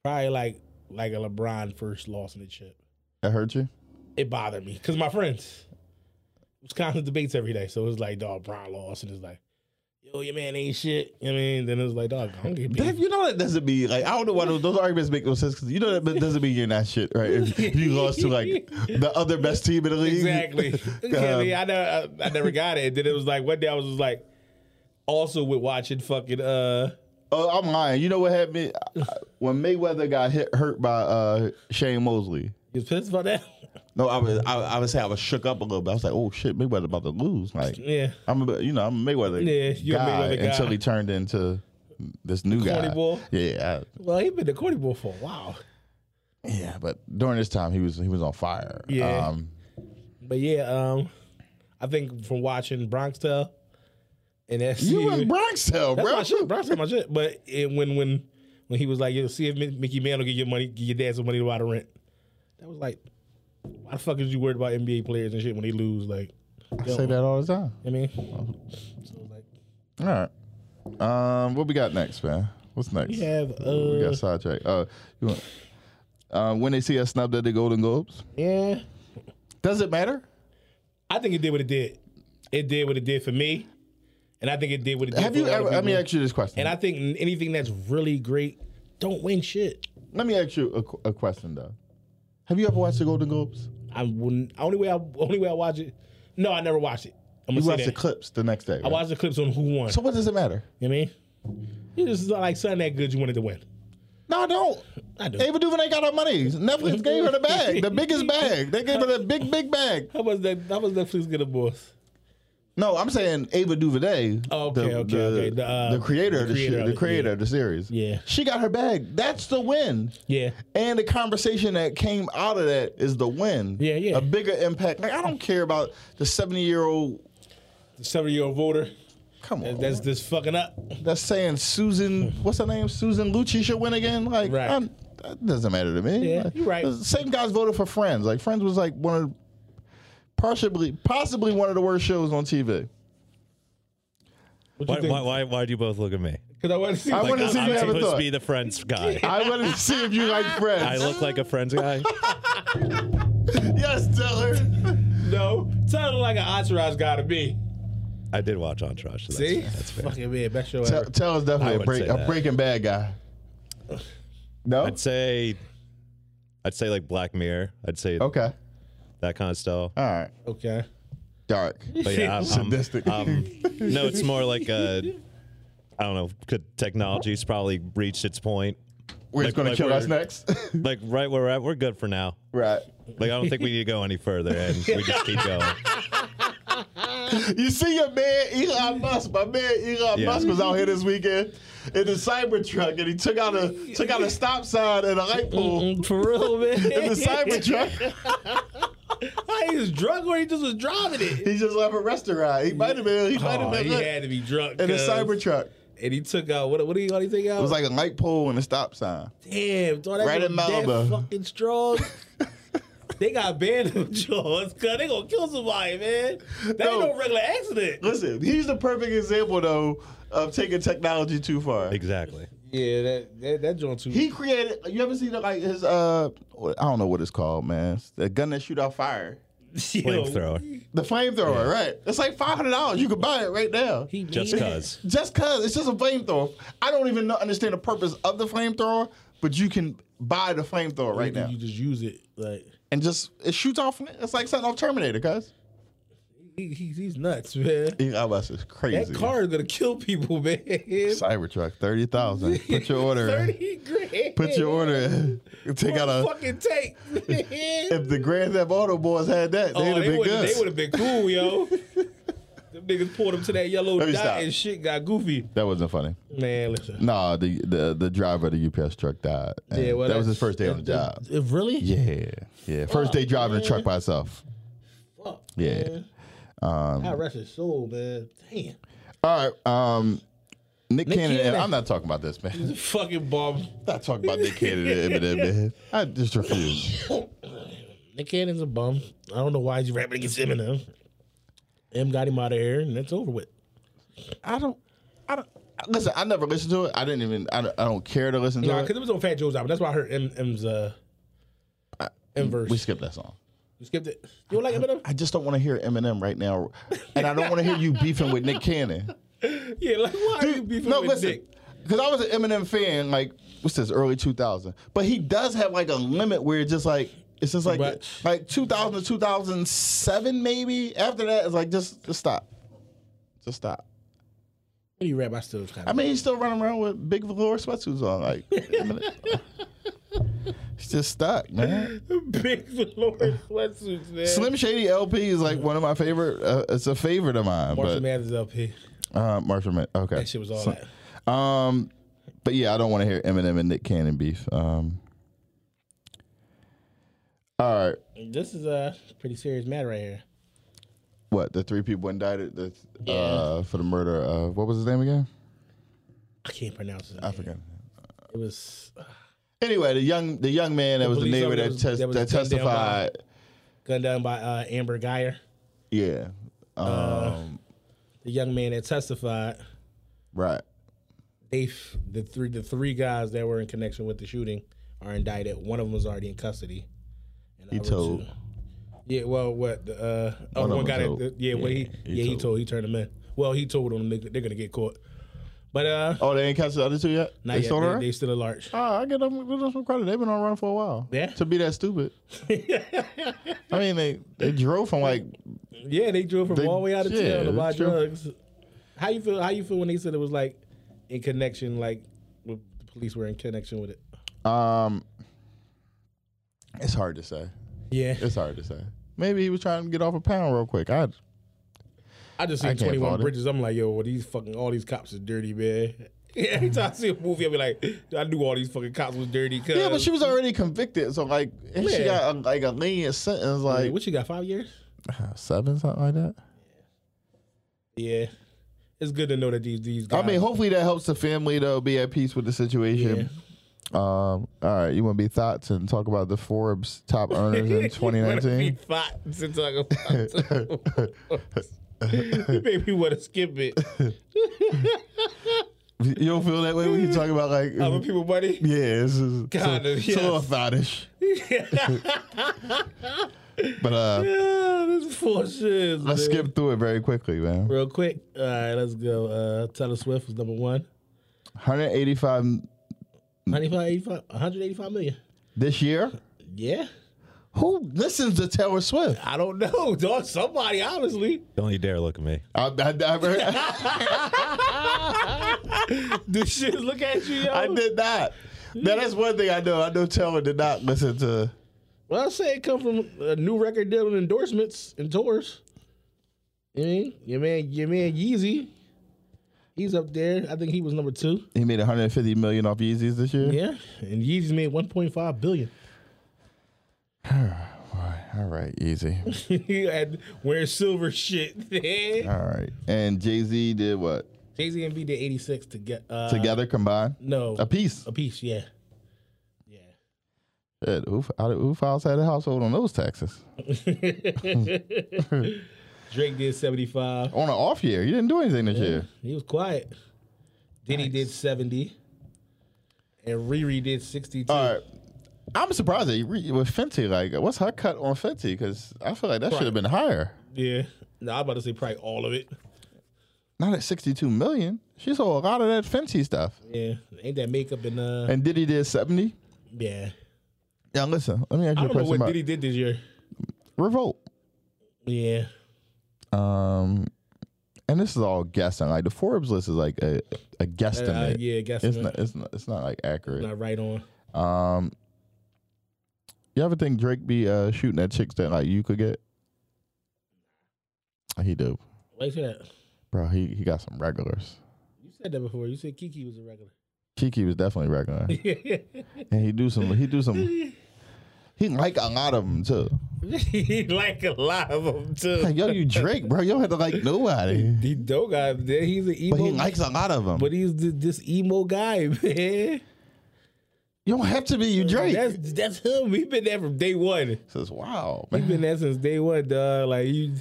Speaker 3: probably like like a LeBron first loss in the chip.
Speaker 2: That hurt you?
Speaker 3: It bothered me because my friends it was constant debates every day. So it was like, dog, Bron lost, and it's like, yo, your man ain't shit. You know what I mean? Then it was like, dog, I don't get beat.
Speaker 2: Dave, you know that doesn't mean like I don't know why those, those arguments make no sense because you know that doesn't mean you're not shit, right? If you lost to like the other best team in the league,
Speaker 3: Exactly. yeah, I, mean, I never, I, I never got it. Then it was like one day I was just like, also with watching fucking uh,
Speaker 2: Oh, I'm lying. You know what happened when Mayweather got hit hurt by uh, Shane Mosley.
Speaker 3: you was pissed about that.
Speaker 2: No, I was I, I would say I was shook up a little bit. I was like, oh shit, Mayweather about to lose. Like
Speaker 3: Yeah,
Speaker 2: I'm a, you know I'm a Mayweather
Speaker 3: Yeah, you're a
Speaker 2: guy,
Speaker 3: Mayweather guy.
Speaker 2: until he turned into this new
Speaker 3: Corny
Speaker 2: guy.
Speaker 3: boy.
Speaker 2: Yeah,
Speaker 3: well, he been the corny boy for a while,
Speaker 2: I, yeah. But during this time, he was he was on fire.
Speaker 3: Yeah.
Speaker 2: Um,
Speaker 3: but yeah, um, I think from watching Bronx Tale and that
Speaker 2: you
Speaker 3: see-
Speaker 2: in Bronx hell,
Speaker 3: that's
Speaker 2: bro.
Speaker 3: my shit, Bronx Tale, my shit. But it, when when when he was like, "Yo, see if Mi- Mickey Man will get your money, get your dad some money to buy the rent," that was like, why the fuck is you worried about NBA players and shit when they lose? Like,
Speaker 2: I say that all the time.
Speaker 3: I mean, so like.
Speaker 2: All right. Um, what we got next, man? What's next?
Speaker 3: We have
Speaker 2: we
Speaker 3: uh
Speaker 2: got sidetracked. Uh, you want, uh, when they see us snubbed at the Golden Globes,
Speaker 3: yeah.
Speaker 2: does it matter?
Speaker 3: I think it did what it did. It did what it did for me, and I think it did what it did.
Speaker 2: Have
Speaker 3: for
Speaker 2: you
Speaker 3: a lot of
Speaker 2: ever? Let me
Speaker 3: people.
Speaker 2: ask you this question.
Speaker 3: And I think anything that's really great don't win shit.
Speaker 2: Let me ask you a, qu- a question though. Have you ever watched the Golden Globes?
Speaker 3: I wouldn't. Only way I only way I watch it. No, I never watched it. I'm
Speaker 2: You
Speaker 3: gonna
Speaker 2: watched
Speaker 3: say
Speaker 2: the
Speaker 3: that.
Speaker 2: clips the next day.
Speaker 3: I watched the clips on who won.
Speaker 2: So what does it matter?
Speaker 3: you know what I mean? You just not like something that good you wanted to win.
Speaker 2: No, I don't.
Speaker 3: I do.
Speaker 2: Ava DuVernay got her money. Netflix gave her the bag, the biggest bag. They gave her the big, big bag.
Speaker 3: How was that? How was Netflix get a boss?
Speaker 2: No, I'm saying Ava DuVernay,
Speaker 3: Oh, okay,
Speaker 2: the,
Speaker 3: okay,
Speaker 2: the,
Speaker 3: okay. The, uh,
Speaker 2: the creator,
Speaker 3: the
Speaker 2: of the,
Speaker 3: creator
Speaker 2: shit-
Speaker 3: of
Speaker 2: the
Speaker 3: it,
Speaker 2: creator
Speaker 3: yeah.
Speaker 2: of the series.
Speaker 3: Yeah.
Speaker 2: she got her bag. That's the win.
Speaker 3: Yeah,
Speaker 2: And the conversation that came out of that is the win.
Speaker 3: Yeah, yeah.
Speaker 2: A bigger impact. Like I don't care about the 70 year old.
Speaker 3: seven year old voter.
Speaker 2: Come on,
Speaker 3: That's just fucking up.
Speaker 2: that's saying Susan, what's her name? Susan Lucci should win again. Like,
Speaker 3: Right.
Speaker 2: I'm- that doesn't matter to me.
Speaker 3: Yeah,
Speaker 2: Like,
Speaker 3: you're right.
Speaker 2: the Same guys voted for Friends. Like, Friends was like one of, possibly, possibly one of the worst shows on TV.
Speaker 3: What
Speaker 4: Why,
Speaker 3: you think?
Speaker 4: why, why, why do you both look at me?
Speaker 3: Because I want to see.
Speaker 2: I
Speaker 3: like,
Speaker 2: wanna
Speaker 4: I'm,
Speaker 2: see
Speaker 4: I'm
Speaker 2: you have a
Speaker 4: supposed
Speaker 2: thought.
Speaker 4: to be the friends guy.
Speaker 2: I wanted to see if you like Friends.
Speaker 4: I look like a friends guy.
Speaker 2: yes, Taylor.
Speaker 3: no, sounded like an entourage guy to be.
Speaker 4: I did watch Entourage. So
Speaker 3: See,
Speaker 4: That's, that's fair.
Speaker 3: fucking man, best show
Speaker 2: Tell
Speaker 3: ever.
Speaker 2: Taylor's
Speaker 4: I
Speaker 2: definitely a,
Speaker 4: would
Speaker 2: break,
Speaker 4: say
Speaker 2: a
Speaker 4: that.
Speaker 2: Breaking Bad guy. No?
Speaker 4: I'd say, I'd say like Black Mirror. I'd say
Speaker 2: okay.
Speaker 4: that kind of stuff.
Speaker 2: All right.
Speaker 3: Okay.
Speaker 2: Dark.
Speaker 4: But yeah, I'm, I'm-
Speaker 2: Sadistic.
Speaker 4: um, no, it's more like uh, I don't know. Could technology's probably reached its point?
Speaker 2: We're just going
Speaker 4: like-
Speaker 2: to
Speaker 4: like
Speaker 2: kill
Speaker 4: we're-
Speaker 2: us next.
Speaker 4: Like right where we're at, we're good for now.
Speaker 2: right.
Speaker 4: Like I don't think we need to go any further, and we just keep going.
Speaker 2: You see your man Elon Musk. My man Elon
Speaker 4: Yeah.
Speaker 2: Musk was out here this weekend in the Cybertruck, and he took out a took out a stop sign and a light pole
Speaker 3: For real, man.
Speaker 2: in the Cybertruck.
Speaker 3: he was drunk or he just was driving it.
Speaker 2: He just left a restaurant. He might have been. He might have
Speaker 3: Oh,
Speaker 2: been
Speaker 3: he
Speaker 2: lit
Speaker 3: had to be drunk.
Speaker 2: in a
Speaker 3: cuz.
Speaker 2: Cybertruck.
Speaker 3: And he took out what? What do you? What do you think?
Speaker 2: It was like a light pole and a stop sign.
Speaker 3: damn, dog, that
Speaker 2: Right
Speaker 3: right
Speaker 2: in Malibu.
Speaker 3: that fucking strong. they got banned from Jaws because they gonna kill somebody, man. That
Speaker 2: No.
Speaker 3: ain't no regular accident.
Speaker 2: Listen, he's the perfect example though of taking technology too far.
Speaker 4: Exactly.
Speaker 3: Yeah, that that, that joint too.
Speaker 2: He created. You ever seen the, like his uh? I don't know what it's called, man. It's the gun that shoot out fire.
Speaker 3: Yo,
Speaker 4: Flamethrower.
Speaker 2: The flamethrower, right? It's like five hundred dollars. You could buy it right now.
Speaker 3: He
Speaker 4: Just
Speaker 3: mean it.
Speaker 4: cause.
Speaker 2: Just cause it's just a flamethrower. I don't even know, understand the purpose of the flamethrower, but you can buy the flamethrower right now
Speaker 3: You just use it like
Speaker 2: and just it shoots off. It's like setting off Terminator, cuz.
Speaker 3: he, he, he's nuts, man.
Speaker 2: Elon Musk is crazy.
Speaker 3: That car is gonna kill people, man.
Speaker 2: Cybertruck, thirty thousand. Put your order. in.
Speaker 3: Thirty grand.
Speaker 2: Put your order. in. Take out a.
Speaker 3: fucking take.
Speaker 2: If the Grand Theft Auto boys had that,
Speaker 3: Oh,
Speaker 2: they'd have
Speaker 3: they
Speaker 2: been
Speaker 3: would
Speaker 2: good.
Speaker 3: have been, cool, yo. them niggas pulled them to that yellow
Speaker 2: Let me
Speaker 3: dot
Speaker 2: stop.
Speaker 3: and shit got goofy.
Speaker 2: That wasn't funny.
Speaker 3: Man, listen.
Speaker 2: Nah, the the, the driver of the UPS truck died. and
Speaker 3: Yeah, well,
Speaker 2: that was his
Speaker 3: that's-
Speaker 2: first day on the
Speaker 3: that-
Speaker 2: job.
Speaker 3: that- really?
Speaker 2: Yeah, yeah. First day driving the truck by himself.
Speaker 3: Fuck,
Speaker 2: Yeah.
Speaker 3: man. I rest his soul, man. Damn.
Speaker 2: All right. Um, Nick,
Speaker 3: Nick
Speaker 2: Cannon.
Speaker 3: Cannon.
Speaker 2: I'm not talking about this, man. I'm
Speaker 3: Fucking bomb.
Speaker 2: not talking about Nick Cannon and Eminem, man. I just refuse.
Speaker 3: Nick Cannon's a bum. I don't know why he's rapping against Eminem. M got him out of here, and that's over with.
Speaker 2: I don't. I don't. Listen, I never listened to it. I didn't even. I don't, I don't care to listen to
Speaker 3: Nah,
Speaker 2: it.
Speaker 3: because it was on Fat Joe's album. That's why I heard M, M's uh, M verse.
Speaker 2: We
Speaker 3: We
Speaker 2: skipped that song.
Speaker 3: skipped it. You don't like Eminem?
Speaker 2: I just don't want to hear Eminem right now, and I don't want to hear you beefing with Nick Cannon.
Speaker 3: yeah, like why are you beefing with Nick?
Speaker 2: Because I was an Eminem fan, like what's this, early 2000. But he does have like a limit where it's just like it's just like
Speaker 3: But-
Speaker 2: like 2000 to 2007 maybe. After that, it's like just just stop, just stop.
Speaker 3: When you rap, I still kind
Speaker 2: I
Speaker 3: of.
Speaker 2: mean, he's still running around with big velour sweatsuits on, like. Eminem- He's just stuck, man.
Speaker 3: Big Lord sweatsuits, man.
Speaker 2: Slim Shady LP is like one of my favorite. Uh, it's a favorite of mine,
Speaker 3: Marshall
Speaker 2: but
Speaker 3: Mathers up here.
Speaker 2: uh, Marshall. Man, okay,
Speaker 3: That shit was all
Speaker 2: So-
Speaker 3: that.
Speaker 2: Um, but yeah, I don't want to hear Eminem and Nick Cannon beef. Um, all right,
Speaker 3: This is a pretty serious matter right here.
Speaker 2: what the three people indicted the, uh, for the murder of what was his name again?
Speaker 3: I can't pronounce it.
Speaker 2: I forgot.
Speaker 3: It was uh,
Speaker 2: Anyway, the young the young man that was the
Speaker 3: police
Speaker 2: neighbor
Speaker 3: officer
Speaker 2: that,
Speaker 3: that was-
Speaker 2: tes-
Speaker 3: that
Speaker 2: that
Speaker 3: was gunned down by-
Speaker 2: testified.
Speaker 3: gunned down by uh, Amber Geyer,
Speaker 2: Yeah, um,
Speaker 3: Uh, the young man that testified.
Speaker 2: right.
Speaker 3: They f- the three the three guys that were in connection with the shooting are indicted. One of them was already in custody. And the
Speaker 2: He
Speaker 3: other
Speaker 2: told.
Speaker 3: two- Yeah, well, what the uh, oh,
Speaker 2: One of
Speaker 3: one
Speaker 2: them
Speaker 3: guy
Speaker 2: told.
Speaker 3: that yeah, well, he,
Speaker 2: he
Speaker 3: yeah, he
Speaker 2: told.
Speaker 3: told he turned them in. Well, he told them they, they're gonna get caught, but uh,
Speaker 2: Oh, they ain't catch the other two yet.
Speaker 3: not
Speaker 2: they
Speaker 3: yet.
Speaker 2: still
Speaker 3: They-
Speaker 2: on
Speaker 3: they still at large.
Speaker 2: Oh, I give them, give them some credit. They've been on run for a while.
Speaker 3: Yeah.
Speaker 2: To be that stupid. I mean, they, they drove from like
Speaker 3: Yeah, they drove from
Speaker 2: They-
Speaker 3: all the way out of
Speaker 2: yeah,
Speaker 3: town to buy
Speaker 2: it's true.
Speaker 3: drugs. How you feel? How you feel when they said it was like in connection, like with the police were in connection with it?
Speaker 2: Um, it's hard to say.
Speaker 3: Yeah,
Speaker 2: It's hard to say. Maybe he was trying to get off a pound real quick. I
Speaker 3: I just
Speaker 2: I
Speaker 3: seen
Speaker 2: can't
Speaker 3: Twenty
Speaker 2: fault
Speaker 3: One
Speaker 2: it.
Speaker 3: Bridges. I'm like, yo, well, these fucking all these cops is dirty, man. Every time I see a movie, I be like, I knew all these fucking cops was dirty. Cause,
Speaker 2: yeah, but she was already convicted, so like and she
Speaker 3: Yeah.
Speaker 2: got a, like a lenient sentence,
Speaker 3: Hey,
Speaker 2: like
Speaker 3: what you got? Five years?
Speaker 2: Uh, seven, something like that.
Speaker 3: Yeah, it's good to know that these these. Guys,
Speaker 2: I mean, hopefully that helps the family though be at peace with the situation. Um, all right, you want to be thoughts and talk about the Forbes top earners in 2019?
Speaker 3: Since I go, you made me want to skip it.
Speaker 2: you don't feel that way when you talk about like
Speaker 3: Other people, buddy.
Speaker 2: yeah, it's just
Speaker 3: Kind
Speaker 2: so,
Speaker 3: of,
Speaker 2: so
Speaker 3: yes.
Speaker 2: thoughtish. but uh,
Speaker 3: Yeah, this four shits.
Speaker 2: Let's
Speaker 3: man.
Speaker 2: skip through it very quickly, man.
Speaker 3: real quick. All right, let's go. Uh, Taylor Swift was number one.
Speaker 2: 185
Speaker 3: 95, 85, 185 million.
Speaker 2: this year.
Speaker 3: Yeah,
Speaker 2: Who listens to Taylor Swift?
Speaker 3: I don't know, dog. Somebody, honestly,
Speaker 4: Don't you dare look at me.
Speaker 2: I, I, I, heard-
Speaker 3: this shit look at you, yo.
Speaker 2: I did not. Now that's one thing I know. I know Taylor did not listen to.
Speaker 3: Well, I say it come from a new record deal and endorsements and tours. You mean your man, your man Yeezy, he's up there. I think he was number two.
Speaker 2: He made 150 million off Yeezys this year.
Speaker 3: Yeah, and Yeezy made 1.5 billion.
Speaker 2: All right, easy.
Speaker 3: he had wearing silver shit. Jay
Speaker 2: All right. And Jay Z did what?
Speaker 3: Z and B did 86 to get uh,
Speaker 2: Together combined,
Speaker 3: No,
Speaker 2: a piece.
Speaker 3: A piece, yeah. Yeah.
Speaker 2: Shit, who, how did, who files had a household on those taxes
Speaker 3: Drake did 75.
Speaker 2: on an off year? You didn't do anything this year.
Speaker 3: He was quiet. Diddy did 70. And Riri did 62.
Speaker 2: All right. I'm surprised that you re- with Fenty. Like, what's her cut on Fenty? Because I feel like that should have been higher.
Speaker 3: Yeah. No, I'm about to say probably all of it.
Speaker 2: Not at 62 million. She sold a lot of that Fenty stuff.
Speaker 3: Yeah. Ain't that makeup and uh
Speaker 2: And Diddy did 70.
Speaker 3: yeah.
Speaker 2: Now listen, let me ask
Speaker 3: I
Speaker 2: you a
Speaker 3: don't know
Speaker 2: question
Speaker 3: what
Speaker 2: about
Speaker 3: Diddy did this year.
Speaker 2: Revolt.
Speaker 3: Yeah.
Speaker 2: Um, and this is all guessing. Like the Forbes list is like a, a
Speaker 3: Uh,
Speaker 2: guesstimate.
Speaker 3: yeah, guess
Speaker 2: It's
Speaker 3: not,
Speaker 2: not. It's not. It's not like accurate.
Speaker 3: not right on.
Speaker 2: Um, you ever think Drake be uh shooting at chicks that like you could get? Ah, He do,
Speaker 3: Wait for that.
Speaker 2: bro. He he got some regulars.
Speaker 3: You said that before. You said Kiki was a regular.
Speaker 2: Kiki was definitely regular, and he do some. He do some. He like a lot of them too.
Speaker 3: he like a lot of them too.
Speaker 2: Like, yo, you Drake, bro. You don't have to like nobody.
Speaker 3: He dope guy. man. He's an emo.
Speaker 2: But he likes a lot of them.
Speaker 3: but he's th- this emo guy, man.
Speaker 2: you don't have to be you Drake. This
Speaker 3: That's that's him. He been there from day one.
Speaker 2: says, wow.
Speaker 3: He
Speaker 2: Man.
Speaker 3: been there since day one, dog. Like he,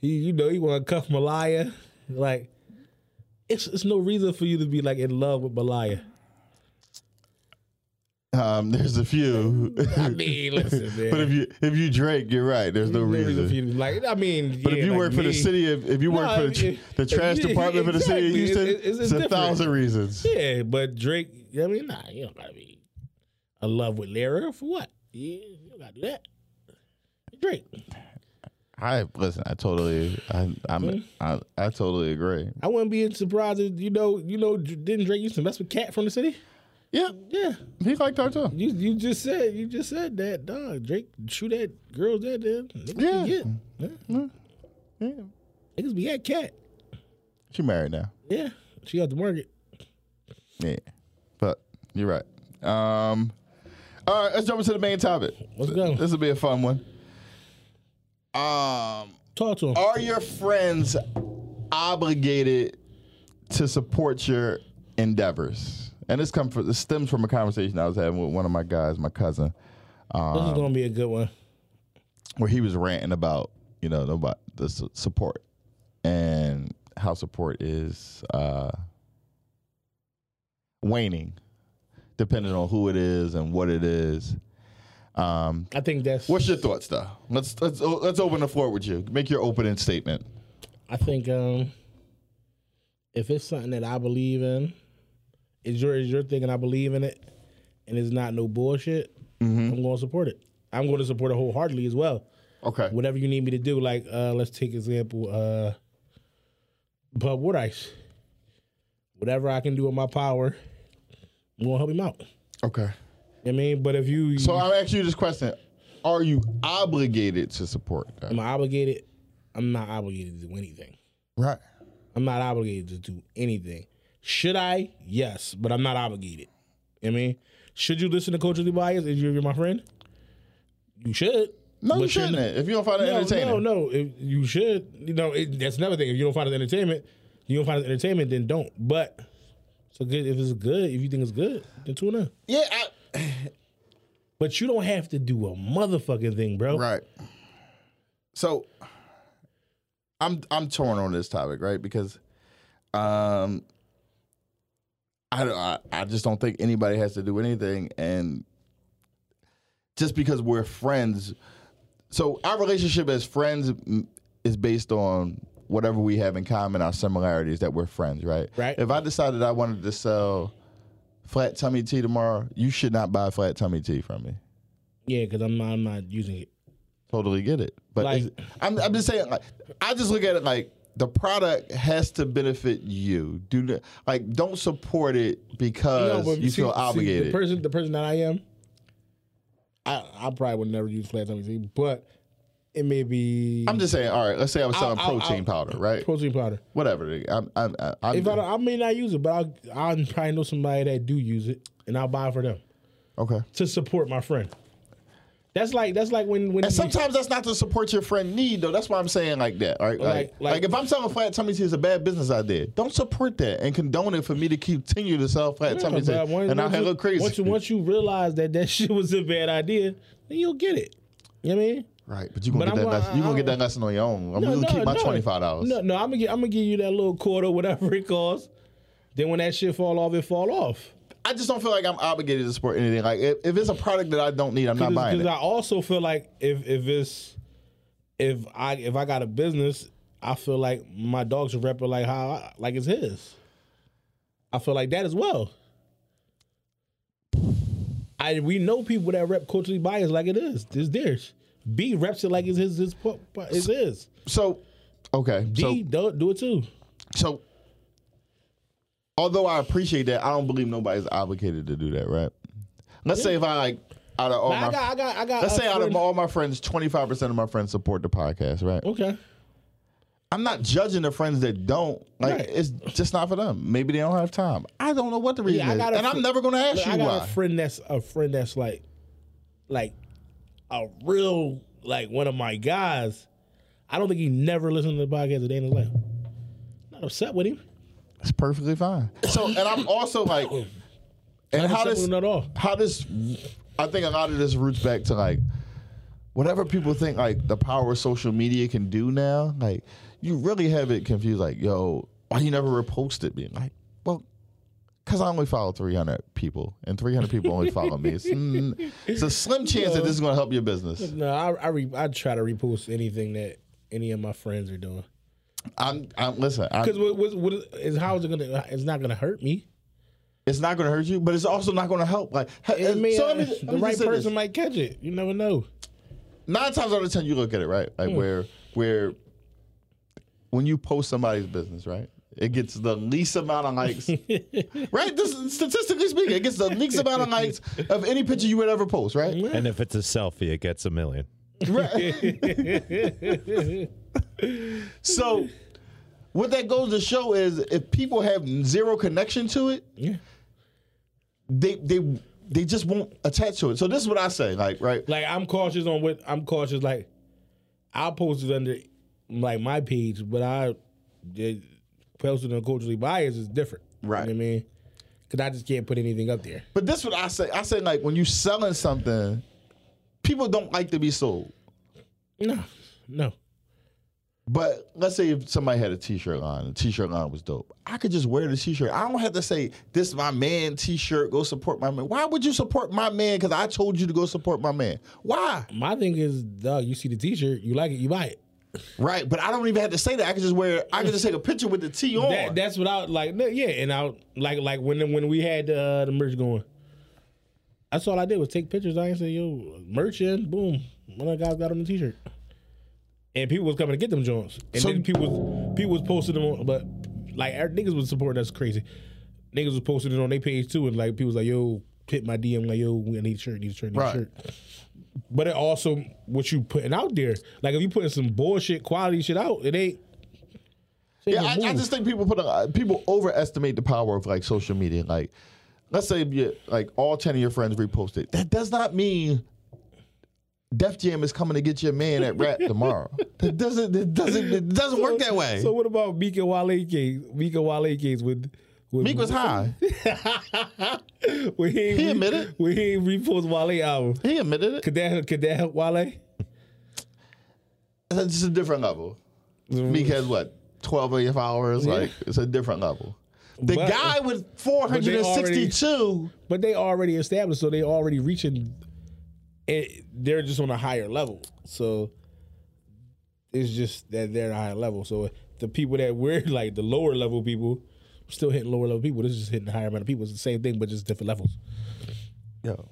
Speaker 3: he, you know, he want to cuff Malaya. Like it's it's no reason for you to be like in love with Malaya.
Speaker 2: Um, there's a few.
Speaker 3: I mean, listen, man.
Speaker 2: but if you if you Drake, you're right. There's no,
Speaker 3: No
Speaker 2: reason.
Speaker 3: for you to be like, I mean,
Speaker 2: but
Speaker 3: yeah,
Speaker 2: if you
Speaker 3: like
Speaker 2: work for the
Speaker 3: me.
Speaker 2: city, if, if you work
Speaker 3: No,
Speaker 2: for the, tr-
Speaker 3: if-
Speaker 2: the
Speaker 3: if
Speaker 2: trash
Speaker 3: you-
Speaker 2: department for the city of
Speaker 3: exactly,
Speaker 2: Houston,
Speaker 3: it- it's-
Speaker 2: it's,
Speaker 3: it's
Speaker 2: a
Speaker 3: different.
Speaker 2: thousand reasons.
Speaker 3: Yeah, but Drake, I mean, nah, you don't gotta be in love with Lyra for what? Yeah, you don't gotta do that. Drake.
Speaker 2: I listen. I totally. I I'm, I I totally agree.
Speaker 3: I wouldn't be surprised if you know, you know, didn't Drake used to mess with Cat from the city?
Speaker 2: Yeah,
Speaker 3: Yeah,
Speaker 2: he liked her too.
Speaker 3: you you just said you just said that dog Drake shoot that girl that then
Speaker 2: Yeah.
Speaker 3: yeah.
Speaker 2: Yeah.
Speaker 3: niggas be at Cat
Speaker 2: She married now.
Speaker 3: yeah she out the market
Speaker 2: Yeah, but you're right. Um, all right, let's jump into the main topic.
Speaker 3: Let's go.
Speaker 2: This will be a fun one. Um,
Speaker 3: talk to him
Speaker 2: are your friends obligated to support your endeavors? And this comes from this stems from a conversation I was having with one of my guys, my cousin,
Speaker 3: this is gonna be a good one
Speaker 2: where he was ranting about you know about the su- support and how support is uh, waning, depending on who it is and what it is. Um,
Speaker 3: I think that's
Speaker 2: what's your thoughts, though? Let's let's o- let's open the floor with you. Make your opening statement.
Speaker 3: I think um if it's something that I believe in is your is your thing and I believe in it and it's not no bullshit I'm gonna support it I'm gonna support it wholeheartedly as well
Speaker 2: Okay.
Speaker 3: whatever you need me to do. Like, uh, let's take example, uh, Bud Wood Ice. Whatever I can do in my power, I'm gonna help him out.
Speaker 2: Okay.
Speaker 3: You know what I mean, but if you,
Speaker 2: So I'm asking you this question: Are you obligated to support? that?
Speaker 3: I'm obligated. I'm not obligated to do anything.
Speaker 2: Right.
Speaker 3: I'm not obligated to do anything. Should I? Yes, but I'm not obligated. You know what I mean, should you listen to culturally biased? Is you you're my friend? You should.
Speaker 2: No, you
Speaker 3: But you're
Speaker 2: shouldn't.
Speaker 3: not-
Speaker 2: If you don't find it
Speaker 3: No,
Speaker 2: entertaining,
Speaker 3: no, no. If you should, you know, it, that's another thing. If you don't find it entertainment, you don't find it entertainment, then don't. But so good if it's good, if you think it's good, then tune in.
Speaker 2: yeah, I,
Speaker 3: But you don't have to do a motherfucking thing, bro.
Speaker 2: right. So I'm I'm torn on this topic, right? Because um, I don't, I, I just don't think anybody has to do anything, and just because we're friends, so our relationship as friends mm, is based on whatever we have in common, our similarities that we're friends, right?
Speaker 3: Right.
Speaker 2: If I decided I wanted to sell flat tummy tea tomorrow, you should not buy flat tummy tea from me.
Speaker 3: Yeah, because I'm not, I'm not using it.
Speaker 2: totally get it. But
Speaker 3: Like-
Speaker 2: it's- I'm, I'm just saying, like, I just look at it like the product has to benefit you. Do the, like, don't support it because Uh, you,
Speaker 3: see-
Speaker 2: feel
Speaker 3: see,
Speaker 2: obligated.
Speaker 3: the person, the person that I am, I I probably would never use flat tummy tea, but it may be
Speaker 2: I'm just saying, all right, let's say I was selling
Speaker 3: I'll- I'll-
Speaker 2: protein
Speaker 3: I'll-
Speaker 2: powder, right?
Speaker 3: protein powder.
Speaker 2: Whatever. I'm, I'm, I'm,
Speaker 3: If I, don't, I may not use it, but I'll, I'll probably know somebody that do use it, and I'll buy it for them.
Speaker 2: okay.
Speaker 3: to support my friend. That's like that's like when when
Speaker 2: And sometimes that's not to support your friend need though. That's why I'm saying like that. All right, like,
Speaker 3: Like-
Speaker 2: like,
Speaker 3: like-
Speaker 2: if I'm selling flat tummy tea, it's a bad business idea. Don't support that and condone it for me to continue to sell flat
Speaker 3: Yeah,
Speaker 2: tummy tea,
Speaker 3: but once-
Speaker 2: and I
Speaker 3: once you-
Speaker 2: look crazy.
Speaker 3: Once you once you realize that that shit was a bad idea, then you'll get it. You know what I mean?
Speaker 2: right, but you gonna
Speaker 3: But
Speaker 2: get that
Speaker 3: I'm gonna-
Speaker 2: lesson. You gonna get
Speaker 3: I'll-
Speaker 2: that lesson on your own. I'm gonna keep my twenty five dollars.
Speaker 3: No, no, I'm gonna get, I'm gonna give you that little quarter, whatever it costs. Then when that shit fall off, it fall off.
Speaker 2: I just don't feel like I'm obligated to support anything. Like if, if it's a product that I don't need, I'm not buying
Speaker 3: Because
Speaker 2: it.
Speaker 3: I also feel like if if it's if I if I got a business, I feel like my dog should rep it like how I, like it's his. I feel like that as well. I we know people that rep culturally biased like it is. It's theirs. B reps it like it's his. It's, it's his.
Speaker 2: so okay,
Speaker 3: D do, do it too.
Speaker 2: so so although I appreciate that, I don't believe nobody's obligated to do that. Right? Let's say if I like out of all
Speaker 3: I
Speaker 2: my,
Speaker 3: got I got I got.
Speaker 2: let's
Speaker 3: a
Speaker 2: say out of
Speaker 3: friend-
Speaker 2: all my friends, twenty five percent of my friends support the podcast. Right?
Speaker 3: Okay.
Speaker 2: I'm not judging the friends that don't. Like
Speaker 3: Right.
Speaker 2: it's just not for them. Maybe they don't have time. I don't know what the reason
Speaker 3: I
Speaker 2: is,
Speaker 3: got a
Speaker 2: and
Speaker 3: fr-
Speaker 2: I'm never gonna ask
Speaker 3: But
Speaker 2: you
Speaker 3: I got
Speaker 2: why.
Speaker 3: a friend that's a friend that's like, like a real like one of my guys, I don't think he never listened to the podcast a day in his life. Not upset with him.
Speaker 2: It's perfectly fine. So, and I'm also like, and
Speaker 3: Not
Speaker 2: how
Speaker 3: upset
Speaker 2: does
Speaker 3: with him at all.
Speaker 2: how this I think a lot of this roots back to like whatever people think like the power social media can do now, like you really have it confused like, yo, why you never reposted me? Like, well, cause I only follow three hundred people and three hundred people only follow me. It's, mm, it's a slim chance that this is gonna help your business.
Speaker 3: No, I I, re, I try to repost anything that any of my friends are doing.
Speaker 2: I'm I'm listen, I'm,
Speaker 3: Because what, what, what is, is how is it gonna? It's not gonna hurt me.
Speaker 2: it's not gonna hurt you, but it's also not gonna help. Like hey,
Speaker 3: It may,
Speaker 2: so
Speaker 3: uh,
Speaker 2: let me- let me
Speaker 3: the
Speaker 2: just
Speaker 3: right
Speaker 2: say this.
Speaker 3: person might catch it. You never know.
Speaker 2: nine times out of ten you look at it right like where where when you post somebody's business right it gets the least amount of likes right this is- statistically speaking it gets the least amount of likes of any picture you would ever post right
Speaker 4: And if it's a selfie, it gets a million.
Speaker 2: so what that goes to show is if people have zero connection to it
Speaker 3: Yeah.
Speaker 2: they they they just won't attach to it so this is what i say like right
Speaker 3: Like I'm cautious on what I'm cautious. Like I'll post it under like my page, but I did posting on culturally biased is different.
Speaker 2: Right.
Speaker 3: You know what I mean, because I just can't put anything up there.
Speaker 2: But this what I say. I say like when you selling something, people don't like to be sold.
Speaker 3: No, no.
Speaker 2: But let's say if somebody had a T-shirt line, the T-shirt line was dope. I could just wear the T-shirt. I don't have to say this my man T-shirt. Go support my man. Why would you support my man? Because I told you to go support my man. Why?
Speaker 3: My thing is, dog. You see the T-shirt, you like it, you buy it.
Speaker 2: Right. But I don't even have to say that. I could just wear. I could just take a picture with the T on.
Speaker 3: That, that's what I like. no, Yeah, and I like like when when we had uh, the merch going. That's all I did was take pictures. I ain't say yo merch in boom. One of the guys got on the t-shirt, and people was coming to get them joints. And
Speaker 2: So-
Speaker 3: then people was, people was posting them, on, but like our niggas was supporting us crazy. Niggas was posting it on their page too, and like people was like yo hit my DM like yo we need a shirt, need a shirt, need
Speaker 2: Right.
Speaker 3: a shirt. But it also what you putting out there. Like if you putting some bullshit quality shit out, it ain't. it ain't
Speaker 2: Yeah,
Speaker 3: gonna
Speaker 2: I, I
Speaker 3: move.
Speaker 2: just think people put a, people overestimate the power of like social media. Like, let's say you, like all ten of your friends repost it. That does not mean Def Jam is coming to get your man at rap tomorrow. That doesn't it doesn't it doesn't work that way.
Speaker 3: So what about Meek and Wale case? Meek and Wale case with, with
Speaker 2: Meek was high.
Speaker 3: when he, ain't
Speaker 2: He
Speaker 3: re-
Speaker 2: admitted.
Speaker 3: when he ain't repost Wale album.
Speaker 2: He admitted it.
Speaker 3: Could that could that help Wale?
Speaker 2: It's just a different level. Meek has what twelve million followers. Like it's a different level. The
Speaker 3: But-
Speaker 2: guy with four hundred and sixty-two.
Speaker 3: But they already established, so they already reaching. It, they're just on a higher level, so it's just that they're at a higher level. So the people that we're like the lower level people, we're still hitting lower level people. This is just hitting a higher amount of people. It's the same thing, but just different levels.
Speaker 2: yo,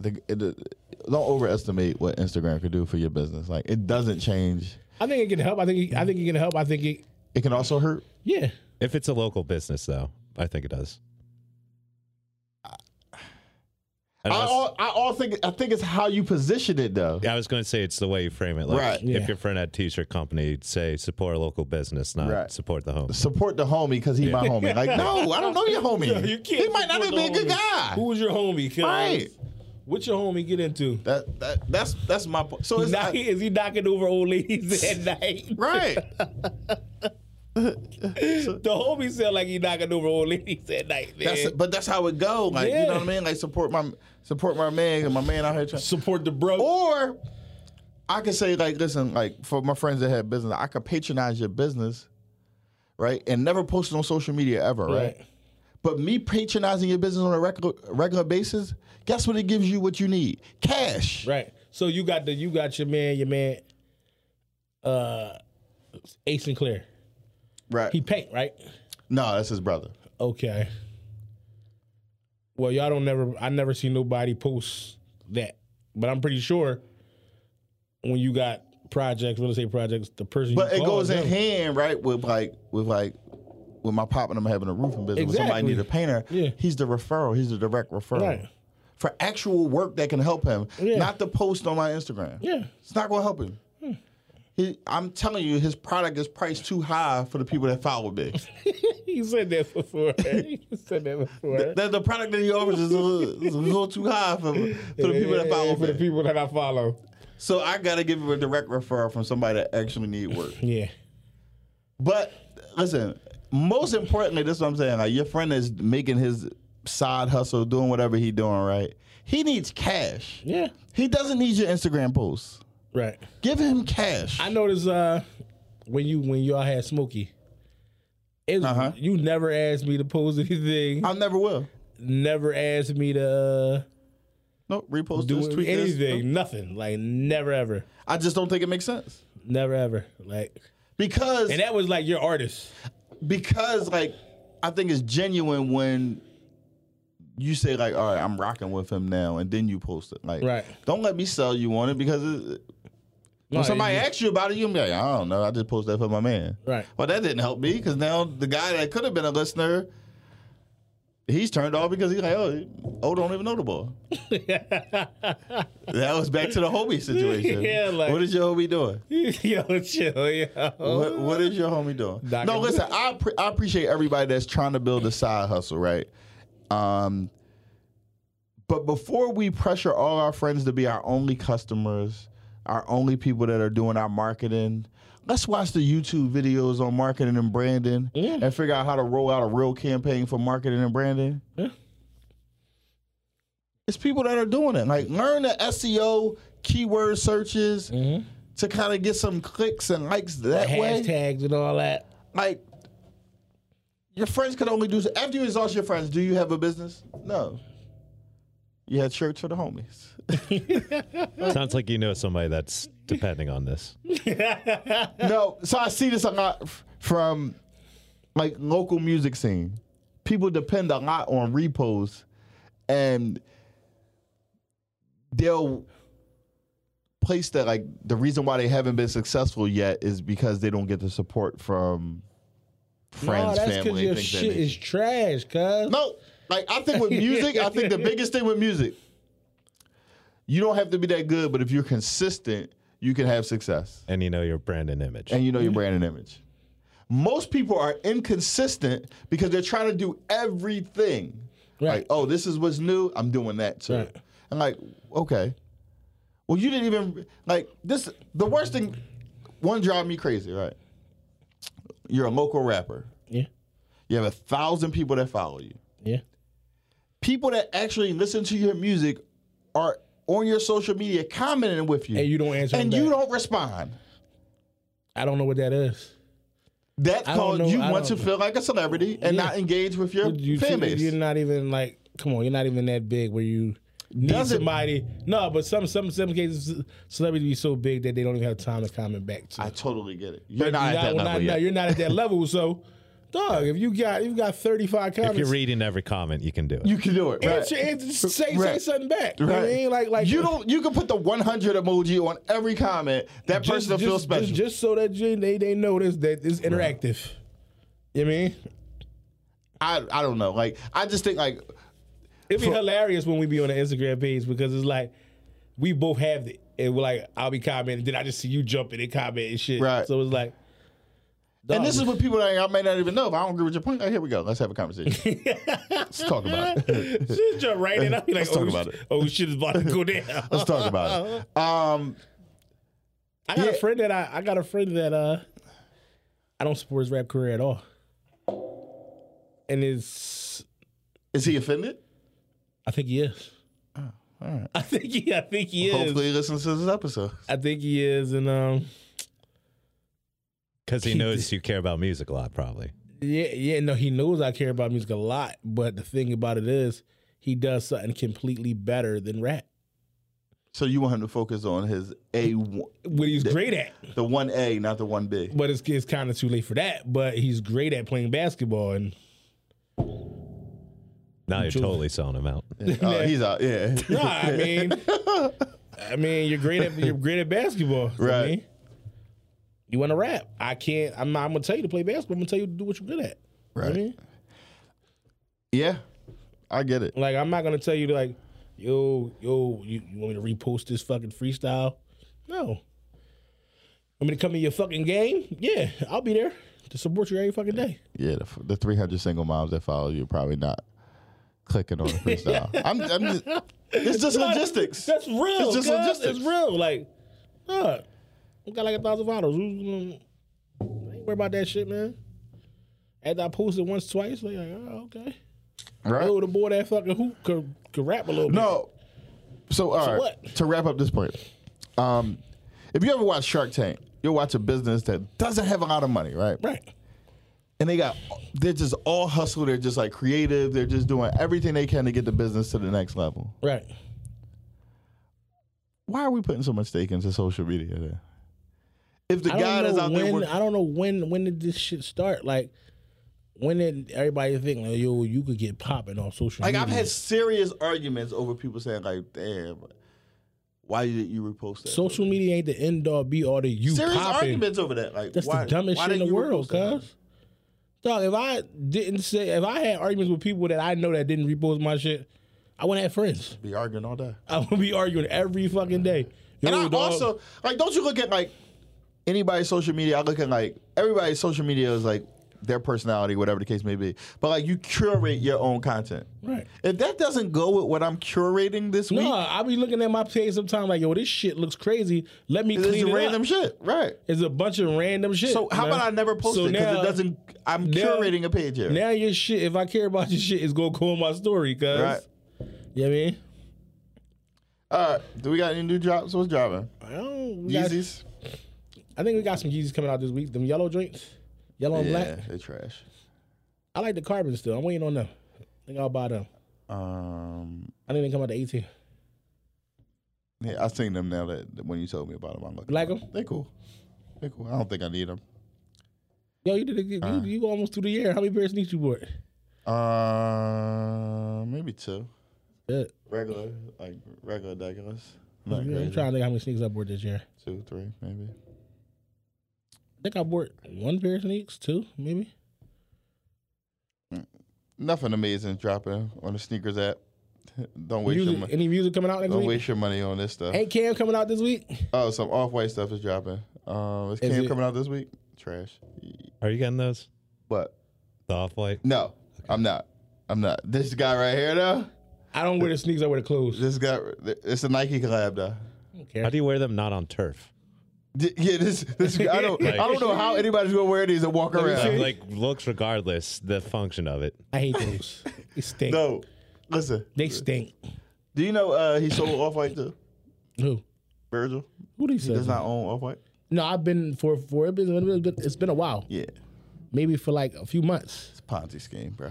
Speaker 2: the, it, it- don't overestimate what Instagram could do for your business. Like it doesn't change.
Speaker 3: I think it can help. I think it, I think it can help. I think it.
Speaker 2: It can also hurt.
Speaker 3: Yeah,
Speaker 4: If it's a local business, though, I think it does.
Speaker 2: I
Speaker 4: Unless-
Speaker 2: all, I all think I think it's how you position it though.
Speaker 4: I was going to say it's the way you frame it. Like,
Speaker 2: Right.
Speaker 3: Yeah.
Speaker 4: If your friend had a t-shirt company, say support a local business, not
Speaker 2: Right.
Speaker 4: support the home.
Speaker 2: Support the homie because he my homie. Like no, I don't know your homie.
Speaker 3: You can't
Speaker 2: he might not
Speaker 3: support
Speaker 2: even be a
Speaker 3: the
Speaker 2: good
Speaker 3: homie.
Speaker 2: guy.
Speaker 3: Who's your homie? 'Cause
Speaker 2: Right.
Speaker 3: What your homie get into?
Speaker 2: That, that that's that's my point. So it's not,
Speaker 3: Knock- is he knocking over old ladies at night?
Speaker 2: right.
Speaker 3: The homie sound like he knocking over old ladies at night, man.
Speaker 2: That's but that's how it go. Like you know
Speaker 3: Yeah.
Speaker 2: what I mean. Like support my support my man and my man out here trying.
Speaker 3: Support the bro.
Speaker 2: Or I could say, like, listen, like for my friends that have business, I could patronize your business, right? And never post it on social media ever, right?
Speaker 3: Right.
Speaker 2: But me patronizing your business on a regular regular basis, guess what? It gives you what you need: cash.
Speaker 3: Right. So you got the you got your man, your man, uh, Ace Sinclair.
Speaker 2: Right.
Speaker 3: He paint right.
Speaker 2: no, that's his brother.
Speaker 3: Okay. Well, y'all don't never. I never see nobody post that, but I'm pretty sure when you got projects, real estate projects, the person.
Speaker 2: But
Speaker 3: you
Speaker 2: it
Speaker 3: call
Speaker 2: goes in
Speaker 3: them-
Speaker 2: hand, right, with like with like with my pop and I'm having a roofing business. When somebody
Speaker 3: Exactly.
Speaker 2: need a painter,
Speaker 3: Yeah.
Speaker 2: he's the referral. He's the direct referral.
Speaker 3: Right.
Speaker 2: For actual work that can help him,
Speaker 3: Yeah.
Speaker 2: not the post on my Instagram.
Speaker 3: Yeah. Hmm.
Speaker 2: It's not gonna help him. He, I'm telling you, his product is priced too high for the people that follow me.
Speaker 3: You said that before. you said that before.
Speaker 2: the, the product that he offers is a, little, is a little too high for, for the people that follow
Speaker 3: for the
Speaker 2: me.
Speaker 3: people that I follow.
Speaker 2: So I gotta give you a direct referral from somebody that actually need work.
Speaker 3: Yeah.
Speaker 2: But listen, most importantly, this is what I'm saying. Like your friend is making his side hustle, doing whatever he doing, right? He needs cash.
Speaker 3: Yeah.
Speaker 2: He doesn't need your Instagram posts.
Speaker 3: Right.
Speaker 2: Give him cash.
Speaker 3: I noticed uh when you when y'all had Smokey. It's,
Speaker 2: Uh-huh. Uh,
Speaker 3: You never asked me to post anything.
Speaker 2: I never will.
Speaker 3: never asked me to
Speaker 2: Nope,
Speaker 3: uh,
Speaker 2: repost
Speaker 3: do
Speaker 2: this, tweet this.
Speaker 3: anything.
Speaker 2: Nope.
Speaker 3: Nothing. Like never ever.
Speaker 2: I just don't think it makes sense
Speaker 3: Never ever. Like
Speaker 2: because
Speaker 3: and that was like your artist.
Speaker 2: because like I think it's genuine when you say like, all right, I'm rocking with him now, and then you post it. Like,
Speaker 3: Right.
Speaker 2: Don't let me sell you on it because it,
Speaker 3: No,
Speaker 2: when somebody
Speaker 3: you-
Speaker 2: asks you about it, you can be like, I don't know, I just posted that for my man.
Speaker 3: Right.
Speaker 2: Well, that didn't help me because now the guy that could have been a listener, he's turned off because he's like, oh, oh, don't even know the boy. that was back to the homie situation.
Speaker 3: Yeah, like-
Speaker 2: what is your homie doing?
Speaker 3: yo, chill, yo.
Speaker 2: What, what is your homie doing?
Speaker 3: Doc-
Speaker 2: No, listen, I, appre I appreciate everybody that's trying to build a side hustle, right? Um, but before we pressure all our friends to be our only customers, our only people that are doing our marketing, let's watch the YouTube videos on marketing and branding and figure out how to roll out a real campaign for marketing and branding. It's people that are doing it. Like, learn the SEO keyword searches. To kind of get some clicks and likes that way
Speaker 3: Hashtags and all that.
Speaker 2: like your friends could only do so. after you exhaust your friends. Do you have a business? No. You had church for the homies.
Speaker 4: Sounds like you know somebody that's depending on this.
Speaker 2: no, so I see this a lot f- from like local music scene. People depend a lot on repos, and they'll place that like the reason why they haven't been successful yet is because they don't get the support from
Speaker 3: No,
Speaker 2: friends,
Speaker 3: Oh, that's because
Speaker 2: family,
Speaker 3: your
Speaker 2: things that
Speaker 3: shit
Speaker 2: nature.
Speaker 3: is trash, cuz.
Speaker 2: No, like I think with music, I think the biggest thing with music, you don't have to be that good, but if you're consistent, you can have success,
Speaker 4: And you know your brand and image.
Speaker 2: and you know your brand and image. Most people are inconsistent because they're trying to do everything.
Speaker 3: Right.
Speaker 2: Like, oh, this is what's new. I'm doing that too.
Speaker 3: Right.
Speaker 2: And like, okay, well, you didn't even like this. The worst thing, one drive me crazy. Right. You're a local rapper.
Speaker 3: Yeah.
Speaker 2: You have a thousand people that follow you
Speaker 3: Yeah.
Speaker 2: people that actually listen to your music are on your social media commenting with you,
Speaker 3: And you don't answer
Speaker 2: and
Speaker 3: them
Speaker 2: you
Speaker 3: back.
Speaker 2: don't respond.
Speaker 3: I don't know what that is.
Speaker 2: That's
Speaker 3: I don't
Speaker 2: called
Speaker 3: know-
Speaker 2: you
Speaker 3: I
Speaker 2: want to
Speaker 3: don't-
Speaker 2: feel like a celebrity and
Speaker 3: Yeah.
Speaker 2: not engage with your
Speaker 3: You,
Speaker 2: fan
Speaker 3: you,
Speaker 2: base.
Speaker 3: you're not even like, come on, you're not even that big where you need
Speaker 2: Doesn't-
Speaker 3: somebody. No, but some some some cases celebrities be so big that they don't even have time to comment back to.
Speaker 2: I totally get it. You're not
Speaker 3: You're
Speaker 2: at that
Speaker 3: well,
Speaker 2: level
Speaker 3: not-
Speaker 2: yet.
Speaker 3: no, you're not at that level. So, dog, if you got you got 35
Speaker 4: if
Speaker 3: comments,
Speaker 4: you're reading every comment, you can do it.
Speaker 2: you can do it. Right.
Speaker 3: answer, answer, say say
Speaker 2: Right.
Speaker 3: something back. You know what I mean, like like
Speaker 2: you don't. You can put the 100 emoji on every comment. That person will feel special.
Speaker 3: Just, just so that you, they they notice that it's interactive. You know what I mean?
Speaker 2: I I don't know. Like I just think like
Speaker 3: It'd be hilarious when we be on the Instagram page because it's like we both have it. And we're like, I'll be commenting, then I just see you jumping and comment and shit.
Speaker 2: Right.
Speaker 3: So it's like
Speaker 2: And
Speaker 3: dog,
Speaker 2: this is what people that I may not even know. If I don't agree with your point, like, here we go. Let's have a conversation. Let's talk about it.
Speaker 3: she jump right in. I'll be like,
Speaker 2: Let's talk
Speaker 3: oh,
Speaker 2: about
Speaker 3: shit-
Speaker 2: it.
Speaker 3: oh shit is about to go down.
Speaker 2: Let's talk about it. Um,
Speaker 3: I got a
Speaker 2: Yeah.
Speaker 3: friend that I, I got a friend that uh I don't support his rap career at all. And it's
Speaker 2: is he offended?
Speaker 3: I think he is. I think he I think he is.
Speaker 2: Hopefully, he listens to this episode.
Speaker 3: I think he is and um
Speaker 4: Because he
Speaker 3: Keep
Speaker 4: knows you care about music a lot, probably.
Speaker 3: yeah, yeah, no, he knows I care about music a lot, but the thing about it is he does something completely better than rap.
Speaker 2: So you want him to focus on his A, one-
Speaker 3: What he's great at.
Speaker 2: the one A, not the one B.
Speaker 3: But it's it's kinda too late for that. But he's great at playing basketball and
Speaker 4: Now you're
Speaker 3: Jul-
Speaker 4: totally selling him out.
Speaker 2: Oh, he's out. Yeah.
Speaker 3: No, I mean, I mean, you're great at you're great at basketball, I
Speaker 2: Right.
Speaker 3: mean, you want to rap? I can't. I'm not. I'm gonna tell you to play basketball. I'm gonna tell you to do what you're good at. You know what I
Speaker 2: Right.
Speaker 3: mean?
Speaker 2: Yeah, I get it.
Speaker 3: Like I'm not gonna tell you to like, yo, yo, you, you want me to repost this fucking freestyle? No. Want me to come in your fucking game? Yeah, I'll be there to support you every fucking day.
Speaker 2: Yeah, the, the 300 single moms that follow you are probably not clicking on the freestyle. I'm, I'm just, it's just logistics.
Speaker 3: That's real.
Speaker 2: It's just
Speaker 3: cuz.
Speaker 2: logistics.
Speaker 3: It's real. Like Look, we got like a thousand followers. Who's gonna I ain't worry about that shit, man? After I posted once, twice, like, like oh, okay. I
Speaker 2: Right?
Speaker 3: would have boy that fucking hoop could, could rap a little bit.
Speaker 2: No. So, all right.
Speaker 3: what?
Speaker 2: To wrap up this point, um, if you ever watch Shark Tank, you'll watch a business that doesn't have a lot of money, right?
Speaker 3: Right.
Speaker 2: and they got they're just all hustle they're just like creative they're just doing everything they can to get the business to the next level
Speaker 3: Right.
Speaker 2: why are we putting so much stake into social media then if the
Speaker 3: I
Speaker 2: guy
Speaker 3: don't
Speaker 2: that's
Speaker 3: know
Speaker 2: out
Speaker 3: when,
Speaker 2: there working,
Speaker 3: I don't know when when did this shit start? Like when did everybody think like, yo, you could get popping off social
Speaker 2: like
Speaker 3: media?
Speaker 2: i've had serious arguments over people saying like damn why did you repost that
Speaker 3: social media ain't the end all be all the you
Speaker 2: serious
Speaker 3: popping.
Speaker 2: arguments over that like
Speaker 3: That's
Speaker 2: why,
Speaker 3: the dumbest
Speaker 2: why
Speaker 3: shit in
Speaker 2: didn't
Speaker 3: the
Speaker 2: you
Speaker 3: world,
Speaker 2: repost that?
Speaker 3: cuz. Dog, if I didn't say, if I had arguments with people that I know that didn't repost my shit, I wouldn't have friends.
Speaker 2: be arguing all day
Speaker 3: I would be arguing every fucking day. Yo,
Speaker 2: And I
Speaker 3: dog,
Speaker 2: also like don't you look at like anybody's social media, I look at like everybody's social media is like their personality, whatever the case may be. But like you curate your own content.
Speaker 3: Right.
Speaker 2: If that doesn't go with what I'm curating this
Speaker 3: No,
Speaker 2: week,
Speaker 3: I be looking at my page sometimes like, yo, this shit looks crazy. Let me
Speaker 2: it's
Speaker 3: clean
Speaker 2: just
Speaker 3: it
Speaker 2: random
Speaker 3: up.
Speaker 2: shit. Right.
Speaker 3: It's a bunch of random shit.
Speaker 2: So how
Speaker 3: man.
Speaker 2: about I never post
Speaker 3: So
Speaker 2: it because
Speaker 3: now-
Speaker 2: it doesn't I'm
Speaker 3: now-
Speaker 2: curating a page here.
Speaker 3: Now your shit, if I care about your shit, is gonna go in my story, cuz.
Speaker 2: Right.
Speaker 3: You know what I mean?
Speaker 2: All right. Do we got any new drops? What's dropping?
Speaker 3: I don't. we got-
Speaker 2: Yeezys?
Speaker 3: I think we got some Yeezys coming out this week. Them yellow joints, yellow and
Speaker 2: Yeah,
Speaker 3: black.
Speaker 2: they trash.
Speaker 3: I like the carbon still. I'm waiting on them. I think I'll buy them.
Speaker 2: Um
Speaker 3: I think they come out to 18.
Speaker 2: yeah, I seen them now that when you told me about them. I'm like,
Speaker 3: Like 'em?
Speaker 2: They cool. They cool. I don't think I need them.
Speaker 3: Yo, you did a, good- you, you almost through the year. How many pairs of sneakers you bought?
Speaker 2: Uh, maybe two.
Speaker 3: Yeah.
Speaker 2: Regular, like regular Douglas. Not
Speaker 3: I'm
Speaker 2: crazy.
Speaker 3: trying to think how many sneakers I bought this year.
Speaker 2: Two, three, maybe.
Speaker 3: I think I bought one pair of sneakers, two maybe.
Speaker 2: Nothing amazing dropping on the sneakers app. Don't waste your
Speaker 3: Music-
Speaker 2: money.
Speaker 3: any music coming out next
Speaker 2: Don't
Speaker 3: week?
Speaker 2: waste your money on this stuff.
Speaker 3: Ain't Cam coming out this week?
Speaker 2: Oh, some off white stuff is dropping. Um, is
Speaker 3: Is
Speaker 2: Cam
Speaker 3: it-
Speaker 2: coming out this week? Trash.
Speaker 4: Are you getting those?
Speaker 2: But
Speaker 4: The off white?
Speaker 2: no, I'm not. I'm not. This guy right here, though.
Speaker 3: I don't wear the sneakers. I wear the clothes.
Speaker 2: This guy. It's a Nike collab, though.
Speaker 3: I don't
Speaker 4: How
Speaker 3: care.
Speaker 4: do you wear them not on turf?
Speaker 2: D- Yeah, this. This. I don't. I don't know how anybody's gonna wear these and walk around.
Speaker 4: Like looks regardless the function of it.
Speaker 3: I hate those. They stink.
Speaker 2: No, listen.
Speaker 3: They stink.
Speaker 2: Do you know uh, he sold off white to
Speaker 3: Who?
Speaker 2: Virgil?
Speaker 3: Who they
Speaker 2: He
Speaker 3: say?
Speaker 2: does not own off white.
Speaker 3: No, I've been for for it's been, it's been- it's been a while.
Speaker 2: Yeah,
Speaker 3: Maybe for like a few months.
Speaker 2: it's a Ponzi scheme, bro.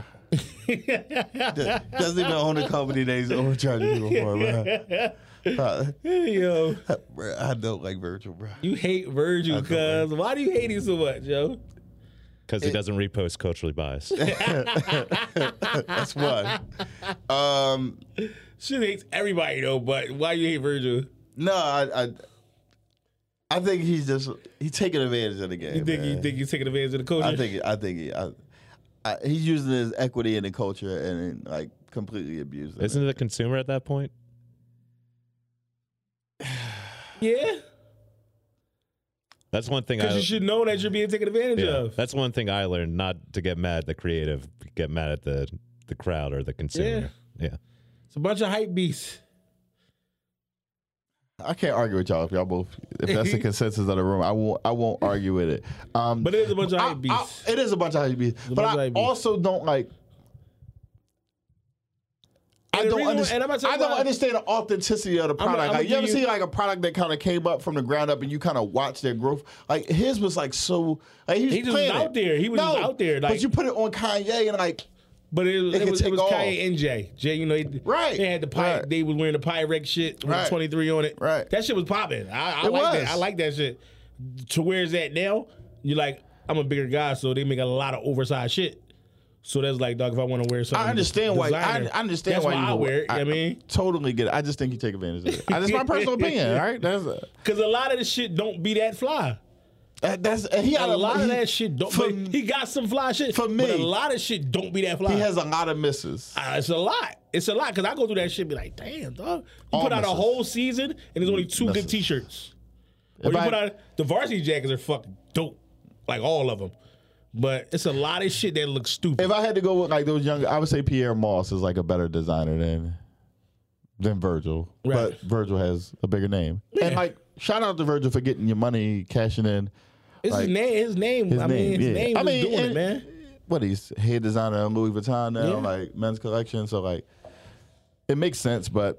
Speaker 2: does, doesn't even own the company that he's overcharging people for, bro. Uh,
Speaker 3: yo,
Speaker 2: bro, I don't like Virgil, bro.
Speaker 3: you hate Virgil, cuz. Why do you hate him so much, yo?
Speaker 4: Because he doesn't repost culturally biased.
Speaker 2: That's one. Um,
Speaker 3: Shit hates everybody though, but why you hate Virgil?
Speaker 2: no, I, I, I think he's just he's taking advantage of the game.
Speaker 3: You think you
Speaker 2: man.
Speaker 3: think you're taking advantage of the coach?
Speaker 2: I think I think he, I, I, he's using his equity in the culture and like completely abusing.
Speaker 4: Isn't
Speaker 2: it.
Speaker 4: it a consumer at that point?
Speaker 3: yeah,
Speaker 4: That's one thing
Speaker 3: because
Speaker 4: I
Speaker 3: you should know that you're being taken advantage
Speaker 4: yeah,
Speaker 3: of.
Speaker 4: That's one thing I learned not to get mad at the creative, get mad at the the crowd or the consumer. Yeah.
Speaker 3: It's a bunch of hype beasts.
Speaker 2: I can't argue with y'all if y'all both if that's the consensus of the room. I won't I won't argue with it. Um,
Speaker 3: But it is a bunch of
Speaker 2: I-
Speaker 3: hype beasts.
Speaker 2: I- it is a bunch of hype beats. But
Speaker 3: bunch of
Speaker 2: I
Speaker 3: hype beats.
Speaker 2: also don't like. I
Speaker 3: And the
Speaker 2: don't,
Speaker 3: reason-
Speaker 2: understand,
Speaker 3: and I'm
Speaker 2: I
Speaker 3: not talking
Speaker 2: don't
Speaker 3: about-
Speaker 2: understand the authenticity of the
Speaker 3: I'ma-
Speaker 2: product.
Speaker 3: I'ma
Speaker 2: like, you
Speaker 3: give
Speaker 2: ever
Speaker 3: you-
Speaker 2: see like a product that kind of came up from the ground up and you kind of watch their growth? Like his was like so. Like, he was
Speaker 3: He just
Speaker 2: playing
Speaker 3: was out
Speaker 2: it.
Speaker 3: there. He was
Speaker 2: no,
Speaker 3: just out there, like-
Speaker 2: but you put it on Kanye and like
Speaker 3: But it, was-
Speaker 2: It
Speaker 3: it
Speaker 2: could
Speaker 3: was, it
Speaker 2: take
Speaker 3: was
Speaker 2: off.
Speaker 3: Kanye and Jay. Jay, you know, they,
Speaker 2: Right.
Speaker 3: They had the py,
Speaker 2: Right.
Speaker 3: They was wearing the Pyrex shit with
Speaker 2: Right.
Speaker 3: 23 on it.
Speaker 2: Right.
Speaker 3: That shit was popping. I, I
Speaker 2: It
Speaker 3: like
Speaker 2: was.
Speaker 3: that. I like that shit. To where is that now? You're like, I'm a bigger guy, so they make a lot of oversized shit. So that's like, dog, if I want to wear something,
Speaker 2: I understand why. I,
Speaker 3: designer,
Speaker 2: I understand
Speaker 3: that's
Speaker 2: why, you
Speaker 3: I
Speaker 2: would-
Speaker 3: wear it. you know what I mean,
Speaker 2: totally get it. I just think you take advantage of it. That's my personal opinion. All right, that's a,
Speaker 3: because a lot of the shit don't be that fly.
Speaker 2: that, that's he
Speaker 3: A
Speaker 2: got
Speaker 3: lot of
Speaker 2: he-
Speaker 3: that shit don't.
Speaker 2: For,
Speaker 3: but he got some fly shit.
Speaker 2: for
Speaker 3: but
Speaker 2: me,
Speaker 3: a lot of shit don't be that fly.
Speaker 2: he has a lot of misses.
Speaker 3: Uh, it's a lot. It's a lot because I go through that shit. Be like, damn, dog. You
Speaker 2: All
Speaker 3: put out a
Speaker 2: misses.
Speaker 3: whole season and there's only two good
Speaker 2: Misses.
Speaker 3: T-shirts. Or oh, you
Speaker 2: I-
Speaker 3: put out the varsity jackets are fucking dope, like all of them. But it's a lot of shit that looks stupid.
Speaker 2: If I had to go with like those younger, I would say Pierre Moss is like a better designer than than Virgil,
Speaker 3: Right.
Speaker 2: but Virgil has a bigger name. And
Speaker 3: Yeah.
Speaker 2: like, shout out to Virgil for getting your money, cashing in.
Speaker 3: It's
Speaker 2: Like,
Speaker 3: his name. His name.
Speaker 2: His
Speaker 3: I
Speaker 2: name,
Speaker 3: mean, his
Speaker 2: yeah.
Speaker 3: name
Speaker 2: I
Speaker 3: is
Speaker 2: mean,
Speaker 3: doing
Speaker 2: and-
Speaker 3: it, man.
Speaker 2: What he's head designer on Louis Vuitton now,
Speaker 3: Yeah.
Speaker 2: like men's collection. So like, it makes sense, but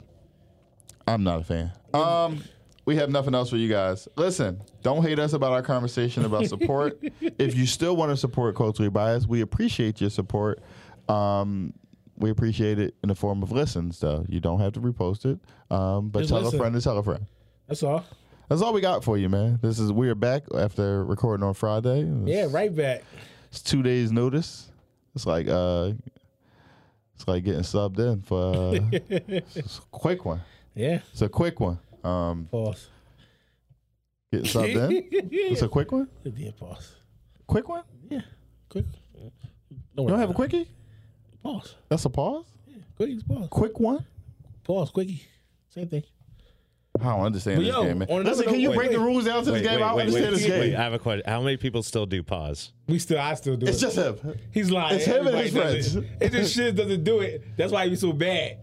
Speaker 2: I'm not a fan. Um, we have nothing else for you guys. Listen, don't hate us about our conversation about support. if you still want to support culturally biased, we appreciate your support. Um. We appreciate it in the form of listens, though. You don't have to repost it, um, but
Speaker 3: Just
Speaker 2: tell
Speaker 3: listen.
Speaker 2: a friend to tell a friend.
Speaker 3: That's all.
Speaker 2: That's all we got for you, man. This is we are back after recording on Friday. It's-
Speaker 3: Yeah, right back.
Speaker 2: It's two days notice. It's like uh, it's like getting subbed in for uh, it's a quick one.
Speaker 3: Yeah,
Speaker 2: It's a quick one. Um,
Speaker 3: pause.
Speaker 2: getting subbed in. It's a quick one.
Speaker 3: Yeah, pause.
Speaker 2: Quick one.
Speaker 3: Quick.
Speaker 2: You don't have a quickie.
Speaker 3: pause.
Speaker 2: That's a pause.
Speaker 3: Quickies, pause.
Speaker 2: Quick one.
Speaker 3: Pause, quickie. Same thing.
Speaker 2: I don't understand
Speaker 3: But
Speaker 2: this
Speaker 3: yo,
Speaker 2: game, man.
Speaker 3: on another
Speaker 2: Listen, can
Speaker 3: note-
Speaker 2: you
Speaker 3: wait,
Speaker 2: break the
Speaker 3: wait.
Speaker 2: rules down to this game? I don't understand this game.
Speaker 4: wait, I have a question. How many people still do pause?
Speaker 3: We still, I still do
Speaker 2: It's
Speaker 3: it.
Speaker 2: just him.
Speaker 3: He's lying.
Speaker 2: it's him and his
Speaker 3: Everybody does
Speaker 2: friends.
Speaker 3: It. it just shit doesn't do it. That's why he be so bad.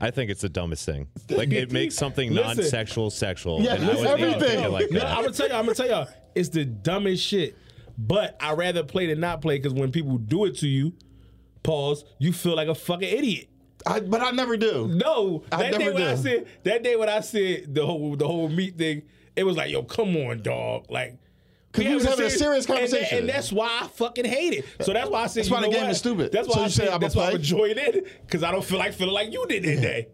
Speaker 4: I think it's the dumbest thing. Like it makes something
Speaker 3: Listen.
Speaker 4: non-sexual sexual.
Speaker 2: Yeah,
Speaker 4: and I
Speaker 2: listen,
Speaker 4: wasn't even
Speaker 2: everything.
Speaker 4: thinking Like
Speaker 2: No,
Speaker 3: No,
Speaker 4: that.
Speaker 3: I'm gonna tell you. I'm gonna tell y'all. It's the dumbest shit. But I rather play than not play because when people do it to you, pause. You feel like a fucking idiot.
Speaker 2: I, but I never do.
Speaker 3: No,
Speaker 2: I
Speaker 3: that day
Speaker 2: never
Speaker 3: when I
Speaker 2: do.
Speaker 3: said that day when I said the whole the whole meat thing, it was like, yo, come on, dog, like.
Speaker 2: we was having a serious
Speaker 3: and that-
Speaker 2: conversation.
Speaker 3: and, that's why I fucking hate it. So that's why I said,
Speaker 2: That's
Speaker 3: you
Speaker 2: why the
Speaker 3: know
Speaker 2: game
Speaker 3: what?
Speaker 2: is stupid.
Speaker 3: That's why
Speaker 2: So
Speaker 3: I
Speaker 2: you said
Speaker 3: said,
Speaker 2: I'ma
Speaker 3: that's why
Speaker 2: play?
Speaker 3: I'm enjoying it because I don't feel like feeling like you did that day.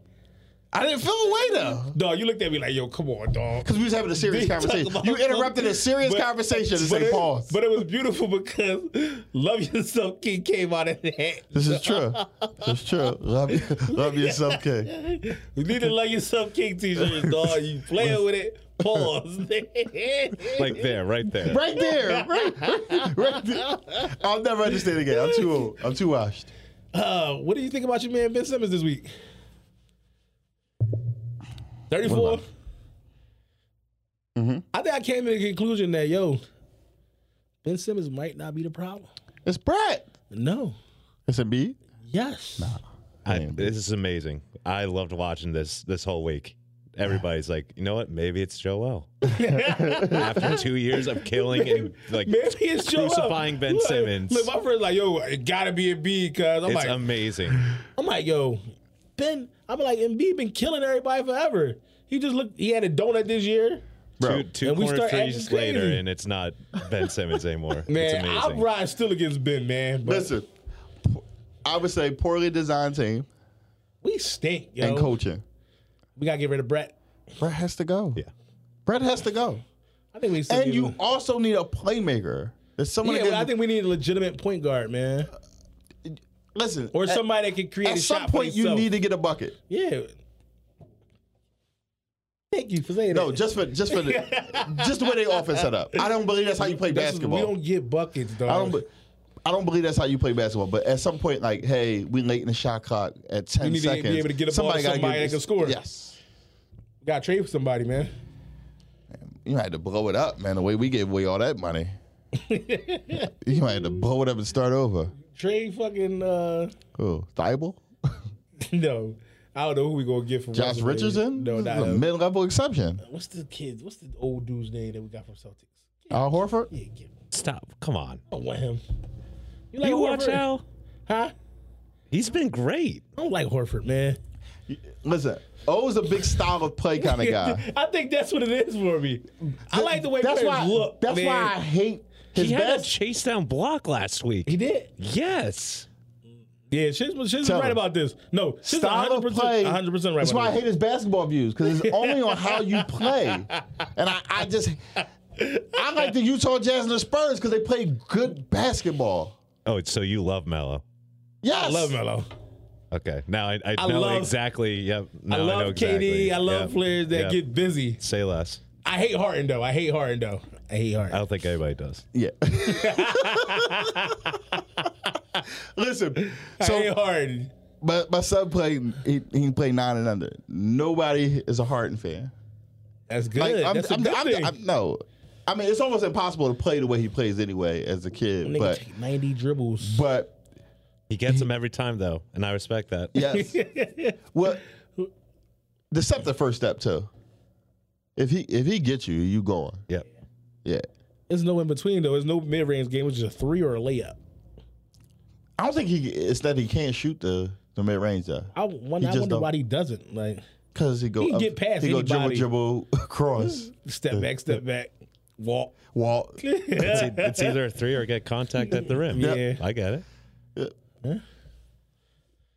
Speaker 2: I didn't feel away though.
Speaker 3: Dog, you looked at me like, yo, come on, dog.
Speaker 2: Because we was having a serious
Speaker 3: Talk
Speaker 2: conversation.
Speaker 3: about
Speaker 2: You interrupted a
Speaker 3: something.
Speaker 2: serious
Speaker 3: But-
Speaker 2: conversation to
Speaker 3: but
Speaker 2: say
Speaker 3: it-
Speaker 2: pause.
Speaker 3: But it was beautiful because Love Yourself King came out of that.
Speaker 2: This is true. This is true. Love you. Love yourself, King.
Speaker 3: You need to Love Yourself King t shirts, dog. You playing with it. Pause.
Speaker 4: Like there, right there.
Speaker 2: Right there. Right, right there. I'll never understand again. I'm too old. I'm too washed.
Speaker 3: uh, what do you think about your man Ben Simmons this week? 34?
Speaker 2: What about-
Speaker 3: Mm-hmm. I think I came to the conclusion that, yo, Ben Simmons might not be the problem.
Speaker 2: It's Brett.
Speaker 3: No.
Speaker 2: It's a B.
Speaker 3: Yes.
Speaker 4: I, this is amazing. I loved watching this this whole week. Everybody's like, you know what? Maybe it's Joel. After two years of killing and like
Speaker 3: Maybe it's Joel.
Speaker 4: crucifying Ben
Speaker 3: Look,
Speaker 4: Simmons.
Speaker 3: Look, my friend's like, yo, it gotta be a B, cuz
Speaker 2: oh
Speaker 3: I'm
Speaker 4: it's
Speaker 3: like,
Speaker 4: um amazing.
Speaker 3: I'm like, yo, Ben, I'm like, Embiid been killing everybody forever. He just looked, he had a donut this year.
Speaker 2: Bro.
Speaker 4: two two
Speaker 3: and we
Speaker 4: corner
Speaker 3: start
Speaker 4: threes
Speaker 3: acting
Speaker 4: later,
Speaker 3: crazy.
Speaker 4: and it's not Ben Simmons anymore. it's
Speaker 3: Man,
Speaker 4: amazing.
Speaker 3: I'm riding still against Ben, man. But
Speaker 2: Listen, I would say poorly designed team
Speaker 3: we stink, yo.
Speaker 2: and coaching.
Speaker 3: We gotta get rid of Brett.
Speaker 2: Brett has to go.
Speaker 4: Yeah.
Speaker 2: Brett has to go.
Speaker 3: I think we still
Speaker 2: And
Speaker 3: get
Speaker 2: you
Speaker 3: rid-
Speaker 2: also need a playmaker. There's someone
Speaker 3: Yeah,
Speaker 2: that
Speaker 3: well, I
Speaker 2: can-
Speaker 3: think we need a legitimate point guard, man,
Speaker 2: listen.
Speaker 3: or
Speaker 2: at-
Speaker 3: somebody that can create
Speaker 2: at
Speaker 3: a
Speaker 2: some
Speaker 3: shot for
Speaker 2: point you
Speaker 3: himself.
Speaker 2: need to get a bucket.
Speaker 3: yeah. Thank you for saying
Speaker 2: No,
Speaker 3: that.
Speaker 2: just for just for the, just the way they offense set up. I don't believe that's how you play
Speaker 3: That's-
Speaker 2: basketball.
Speaker 3: We don't get buckets, dog.
Speaker 2: I don't. be- I don't believe that's how you play basketball. But at some point, like, hey, we late in the shot clock at ten
Speaker 3: need to be
Speaker 2: seconds.
Speaker 3: able to get a ball
Speaker 2: gotta
Speaker 3: to somebody
Speaker 2: get
Speaker 3: that
Speaker 2: this-
Speaker 3: can score.
Speaker 2: Yes,
Speaker 3: gotta trade for somebody, man.
Speaker 2: you might have to blow it up, man. The way we gave away all that money, you might have to blow it up and start over.
Speaker 3: Trade fucking uh
Speaker 2: Oh, Thibault,
Speaker 3: no. I don't know who we gonna get from
Speaker 2: Josh
Speaker 3: Russell, man.
Speaker 2: Richardson,
Speaker 3: No,
Speaker 2: This
Speaker 3: not
Speaker 2: is a
Speaker 3: him.
Speaker 2: mid-level exception.
Speaker 3: What's the kid? What's the old dude's name that we got from Celtics?
Speaker 2: Al Horford.
Speaker 3: Yeah, get him.
Speaker 4: Stop. Come on.
Speaker 3: I don't want him. You
Speaker 4: You watch
Speaker 3: Horford?
Speaker 4: Al.
Speaker 3: Huh?
Speaker 4: He's been great.
Speaker 3: I don't like Horford, man.
Speaker 2: Listen, O's a big style of play kind of guy.
Speaker 3: I think that's what it is for me. I like the way
Speaker 2: that's
Speaker 3: players
Speaker 2: why.
Speaker 3: look.
Speaker 2: that's
Speaker 3: man.
Speaker 2: why I hate his
Speaker 4: he had a
Speaker 2: best.
Speaker 4: chase down block last week.
Speaker 3: he did.
Speaker 4: Yes.
Speaker 3: Yeah, Shiz was Shiz is
Speaker 2: Tell
Speaker 3: right
Speaker 2: him.
Speaker 3: about this. No, Shiz
Speaker 2: style of
Speaker 3: 100%,
Speaker 2: play.
Speaker 3: 100% right
Speaker 2: That's why I
Speaker 3: about
Speaker 2: hate
Speaker 3: this.
Speaker 2: his basketball views because it's only on how you play, and I, I just I like the Utah Jazz and the Spurs because they play good basketball.
Speaker 4: Oh, so you love Mello.
Speaker 2: Yes,
Speaker 3: I love Melo.
Speaker 4: Okay. Now I, I,
Speaker 3: I
Speaker 4: know
Speaker 3: love-
Speaker 4: exactly. Yep. Now
Speaker 3: I love
Speaker 4: know exactly.
Speaker 3: KD. I love
Speaker 4: Yep.
Speaker 3: players that
Speaker 4: Yep.
Speaker 3: get busy.
Speaker 4: Say less.
Speaker 3: I hate Harden though. I hate Harden though. I hate Harden.
Speaker 4: I don't think anybody does.
Speaker 2: Yeah. Listen,
Speaker 3: I hate
Speaker 2: so
Speaker 3: Harden.
Speaker 2: my, my son played. He, he played nine and under. Nobody is a Harden fan.
Speaker 3: That's good.
Speaker 2: Like, I'm,
Speaker 3: that's
Speaker 2: I'm-
Speaker 3: a good
Speaker 2: I'm-
Speaker 3: thing.
Speaker 2: I'm- no, I mean it's almost impossible to play the way he plays anyway as a kid.
Speaker 3: Nigga
Speaker 2: But
Speaker 3: take 90 dribbles.
Speaker 2: but
Speaker 4: He gets them every time though, and I respect that.
Speaker 2: yes, well, Accept the first step too. If he if he gets you, you going.
Speaker 4: Yep.
Speaker 2: Yeah.
Speaker 3: There's no in between though. There's no mid range game, which is a three or a layup.
Speaker 2: I don't think he. It's that he can't shoot the the mid range though,
Speaker 3: I
Speaker 2: He
Speaker 3: wonder, I
Speaker 2: just
Speaker 3: wonder
Speaker 2: don't-
Speaker 3: why he doesn't. Like
Speaker 2: because he go
Speaker 3: He
Speaker 2: up,
Speaker 3: get past
Speaker 2: He go dribble
Speaker 3: anybody.
Speaker 2: dribble cross
Speaker 3: step back, step back, walk.
Speaker 2: walk.
Speaker 4: It's, e- it's either a three or get contact at the rim.
Speaker 3: Yeah.
Speaker 4: I get it.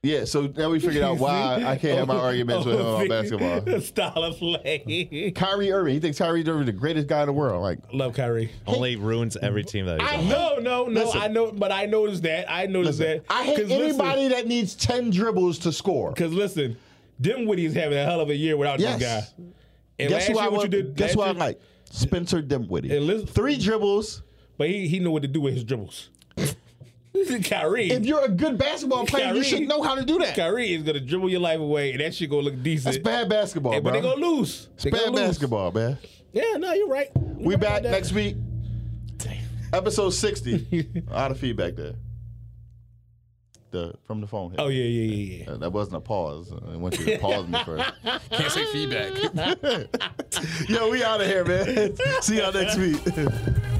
Speaker 2: Yeah. So now we figured out why I can't have
Speaker 3: Oh,
Speaker 2: my arguments with him on basketball.
Speaker 3: Style of play.
Speaker 2: Kyrie Irving. He thinks Kyrie Irving the greatest guy in the world. Like
Speaker 3: Love Kyrie.
Speaker 4: Only ruins every team that he's on.
Speaker 3: No, no, no.
Speaker 2: Listen.
Speaker 3: I know, but I noticed that. I noticed
Speaker 2: listen,
Speaker 3: that.
Speaker 2: I hate
Speaker 3: 'Cause listen-
Speaker 2: anybody that needs ten dribbles to score.
Speaker 3: Because listen, Dimwitty's having a hell of a year without
Speaker 2: Yes.
Speaker 3: this guy. And
Speaker 2: Guess
Speaker 3: last
Speaker 2: who I
Speaker 3: year what
Speaker 2: want?
Speaker 3: you did?
Speaker 2: guess
Speaker 3: last
Speaker 2: who I
Speaker 3: year-
Speaker 2: like? Spencer Dimwitty.
Speaker 3: And listen-
Speaker 2: Three dribbles.
Speaker 3: But he he knew what to do with his dribbles. Kyrie,
Speaker 2: If you're a good basketball player, you
Speaker 3: Kyrie-
Speaker 2: should know how to do that.
Speaker 3: Kyrie is gonna dribble your life away, and that shit gonna look decent.
Speaker 2: That's bad basketball,
Speaker 3: And- but
Speaker 2: bro.
Speaker 3: they gonna lose. They
Speaker 2: bad
Speaker 3: gonna lose.
Speaker 2: basketball, man.
Speaker 3: Yeah, no, you're right.
Speaker 2: We back next week. Episode 60. a lot of feedback there. The from the phone.
Speaker 3: Oh yeah, yeah, yeah, yeah.
Speaker 2: Uh, That wasn't a pause. I want you to pause me first.
Speaker 5: Can't say feedback.
Speaker 2: Yo, we out of here, man. See y'all next week.